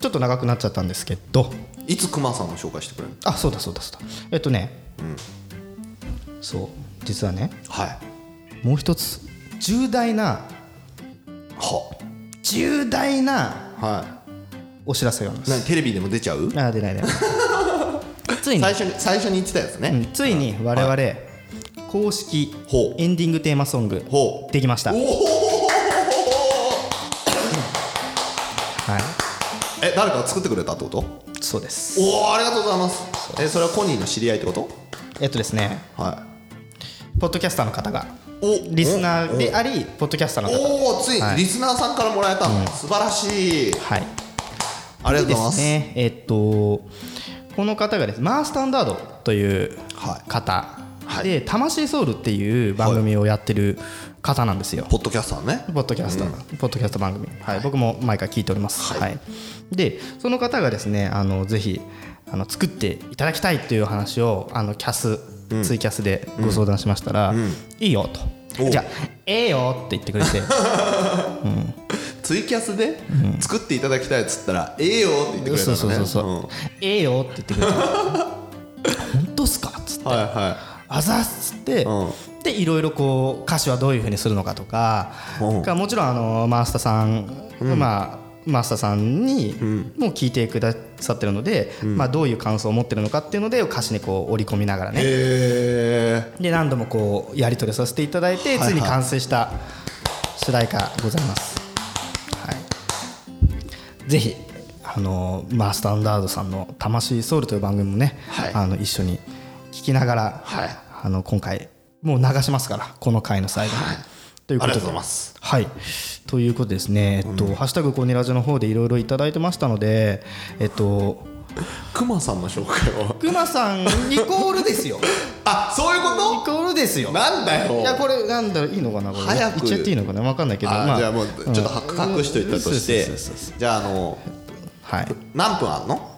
Speaker 1: ちょっと長くなっちゃったんですけど
Speaker 2: いつクマさんを紹介してくれる
Speaker 1: あそうだそうだそうだえっとね、そう実はね
Speaker 2: はい
Speaker 1: もう一つ重大な
Speaker 2: は
Speaker 1: 重大な
Speaker 2: は
Speaker 1: お知らせがありま
Speaker 2: い何
Speaker 1: す
Speaker 2: テレビでも出ちゃう
Speaker 1: あ出ない出ない ついに
Speaker 2: 最初に最初に言ってたやつね、
Speaker 1: うんついに我々、公式
Speaker 2: ほう
Speaker 1: エンディングテーマソング
Speaker 2: ほう
Speaker 1: できました、はい、
Speaker 2: え誰かが作ってくれたってこと
Speaker 1: そうです
Speaker 2: おおありがとうございますえそれはコニーの知り合いってこと
Speaker 1: えっとですね
Speaker 2: は
Speaker 1: ポッドキャスターの方が
Speaker 2: いお
Speaker 1: リスナ
Speaker 2: お
Speaker 1: ーでありポッドキャスターの方
Speaker 2: おおついにリスナーさんからもらえたの、素晴らしい
Speaker 1: はい
Speaker 2: ありがとうございます
Speaker 1: ねえっとこの方がですマースタンダードという
Speaker 2: はい
Speaker 1: 方、
Speaker 2: はい
Speaker 1: で「魂ソウル」っていう番組をやってる方なんですよ、
Speaker 2: ポッドキャスターね
Speaker 1: ポッドキャスト、ポッドキャスト番組、はい、僕も毎回聞いております。はいでその方がですねあのぜひあの作っていただきたいという話をあのキャス、ツイキャスでご相談しましたら、いいよ
Speaker 2: お
Speaker 1: と。じゃあええよって言ってくれ て
Speaker 2: ツイキャスで作っていただきたいっつったら、ええよって言ってくれた
Speaker 1: そ
Speaker 2: の
Speaker 1: う
Speaker 2: ね
Speaker 1: そうそうそう、
Speaker 2: ん
Speaker 1: ええよって言ってくれ て本当っすかっつって
Speaker 2: はいは
Speaker 1: あざっつって、
Speaker 2: う
Speaker 1: でいろいろこう歌詞はどういうふうにするのかとか,、
Speaker 2: うん
Speaker 1: かもちろんあのマースタさん、まあマースタさんにもう聞いてくださってるので、まあ、どういう感想を持ってるのかっていうので歌詞にこう織り込みながら
Speaker 2: い
Speaker 1: ね
Speaker 2: へえ
Speaker 1: で何度もこうやり取りさせていただいて、
Speaker 2: はい
Speaker 1: ついに完成した主題歌ございます、はい、ぜひあのまあスタンダードさんの「魂ソウル」という番組もね、
Speaker 2: はい
Speaker 1: あの一緒に聞きながら、
Speaker 2: はい
Speaker 1: あの今回もう流しますからこの回の最後に。ということで
Speaker 2: ありがとうございます。
Speaker 1: はい、ということでですね、えっとハッシュタグコニラジの方でいろいろいただいてましたので、えっと、
Speaker 2: クマさんの紹介は
Speaker 1: くまさんイコールですよ、イ
Speaker 2: あそういうこ
Speaker 1: コールですよ
Speaker 2: と。なんだよ
Speaker 1: いやこれなんだろういいのかなこれ
Speaker 2: 早
Speaker 1: 言
Speaker 2: く
Speaker 1: っちゃっていいのかなわかんないけど
Speaker 2: あ、
Speaker 1: まあ
Speaker 2: じゃあもうちょっとは隠しといたとして、
Speaker 1: うんそうそうそうそう
Speaker 2: じゃああの
Speaker 1: はい
Speaker 2: 何分あんの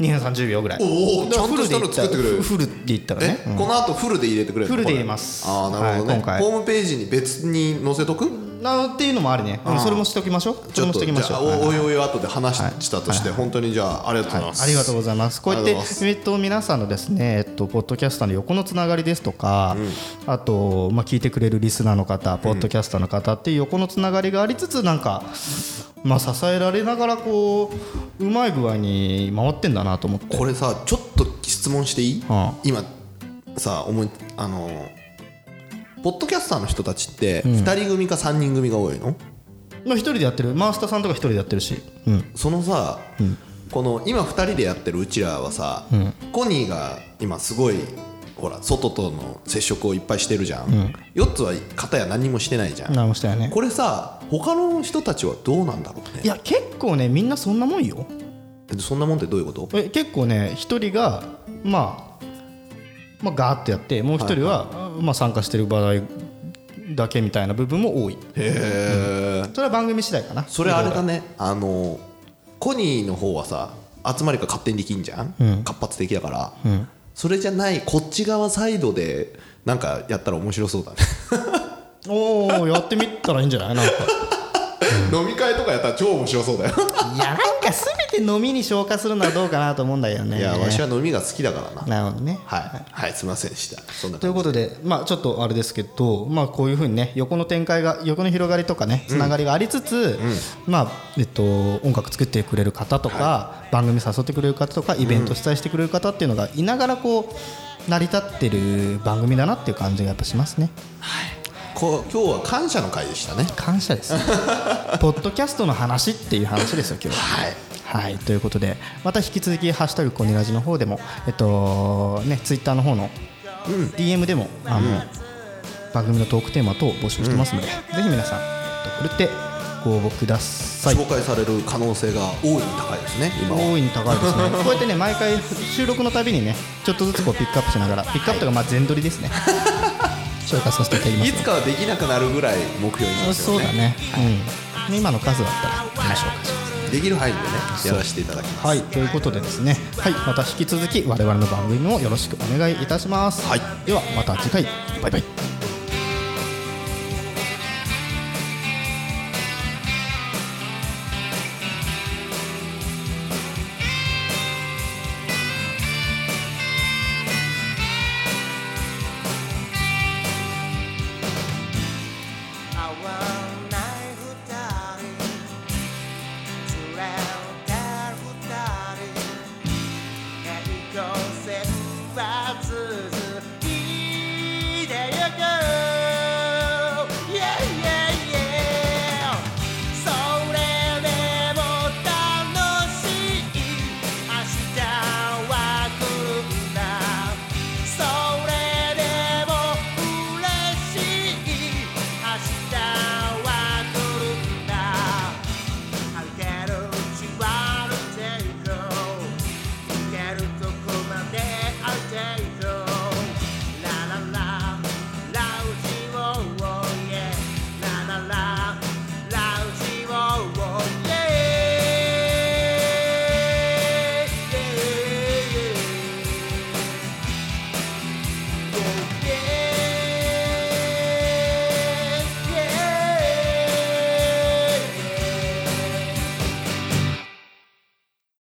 Speaker 1: 2分30秒ぐらい
Speaker 2: おお
Speaker 1: だから
Speaker 2: ちゃんとしたの
Speaker 1: フルで言ったら
Speaker 2: 作ってくれる
Speaker 1: フルで言ったら
Speaker 2: え
Speaker 1: ね、うん
Speaker 2: この後フルで入れてくれるの
Speaker 1: フルで
Speaker 2: こ
Speaker 1: 入れます
Speaker 2: ああなるほどね、
Speaker 1: はい今回
Speaker 2: ホームページに別に載せとく
Speaker 1: なっていうのもあるねうんそれもしときましょうそれもしときまし
Speaker 2: じゃ
Speaker 1: ょ
Speaker 2: あ
Speaker 1: うはい
Speaker 2: おおいおい後で話したとして、本当にじゃあありがとうございます、
Speaker 1: ありがとうございます。こうやっ
Speaker 2: あ
Speaker 1: て
Speaker 2: りがとうございます
Speaker 1: えっと皆さんのですね、えっとポッドキャスターの横のつながりですとか、あとまあ聞いてくれるリスナーの方、ポッドキャスターの方っていう横のつながりがありつつなんかまあ支えられながらこううまい具合に回ってんだなと思って。
Speaker 2: これさちょっと質問していい、
Speaker 1: うん
Speaker 2: 今さ思いあのーポッドキャスターの人たちって2人組か3人組が多いの、
Speaker 1: まあ一人でやってるマースターさんとか一人でやってるし、うん、
Speaker 2: そのさ、この今2人でやってるうちらはさ、コニーが今すごいほら外との接触をいっぱいしてるじゃん、4つは片や何もしてないじゃん、
Speaker 1: 直したよね。
Speaker 2: これさ他の人たちはどうなんだろう
Speaker 1: い
Speaker 2: ね
Speaker 1: や結構ねみんなそんなもんよ。
Speaker 2: そんなもんってどういうこと
Speaker 1: え結構ね一人がまあまあガーッとやってもう一人は、まあ、参加してる場合だけみたいな部分も多い
Speaker 2: へえ
Speaker 1: それは番組次第かな
Speaker 2: それあれだねあのコニーの方はさ集まりが勝手にできんじゃん、活発的だから、それじゃないこっち側サイドでなんかやったら面白そうだね
Speaker 1: おおやってみたらいいんじ ゃないなんか
Speaker 2: 飲み会とかやったら超面白そうだよ
Speaker 1: いやなんか全て飲みに消化するのはどうかなと思うんだけどね
Speaker 2: いやわしは飲みが好きだからな
Speaker 1: なるほどね
Speaker 2: はい、はい、すいませんでしたそんな
Speaker 1: という
Speaker 2: 感じ
Speaker 1: ことで、まあ、ちょっとあれですけど、まあ、こういうふうにね横の展開が横の広がりとかねつながりがありつつ、まあえっと、音楽作ってくれる方とか、番組誘ってくれる方とかイベント主催してくれる方っていうのがいながらこう成り立ってる番組だなっていう感じがやっぱしますね
Speaker 2: こう今日は感謝の会でしたね
Speaker 1: 感謝です、ね、ポッドキャストの話っていう話ですよ今日は。
Speaker 2: は
Speaker 1: は
Speaker 2: い
Speaker 1: い、ということでまた引き続き「ハッシュタグコニラジ」の方でも、えっとね、ツイッターの方の DM でも、あの番組のトークテーマ等を募集してますので、ぜひ皆さん、えっと、ふるってご応募ください。い
Speaker 2: 紹介される可能性が大いに高いですね今は
Speaker 1: 大いに高いですね こうやってね毎回収録のたびにねちょっとずつこうピックアップしながらピックアップというかまあ全撮り ですね紹介させていただきま
Speaker 2: い
Speaker 1: す
Speaker 2: つかはできなくなるぐらい目標にしま
Speaker 1: あ
Speaker 2: す
Speaker 1: そう
Speaker 2: よね
Speaker 1: だね、うん、今の数だったらご紹介します
Speaker 2: できる範囲でねやらせていただきます
Speaker 1: はいということでですねはいまた引き続き我々の番組もよろしくお願いいたします、
Speaker 2: はい
Speaker 1: ではまた次回バイバイ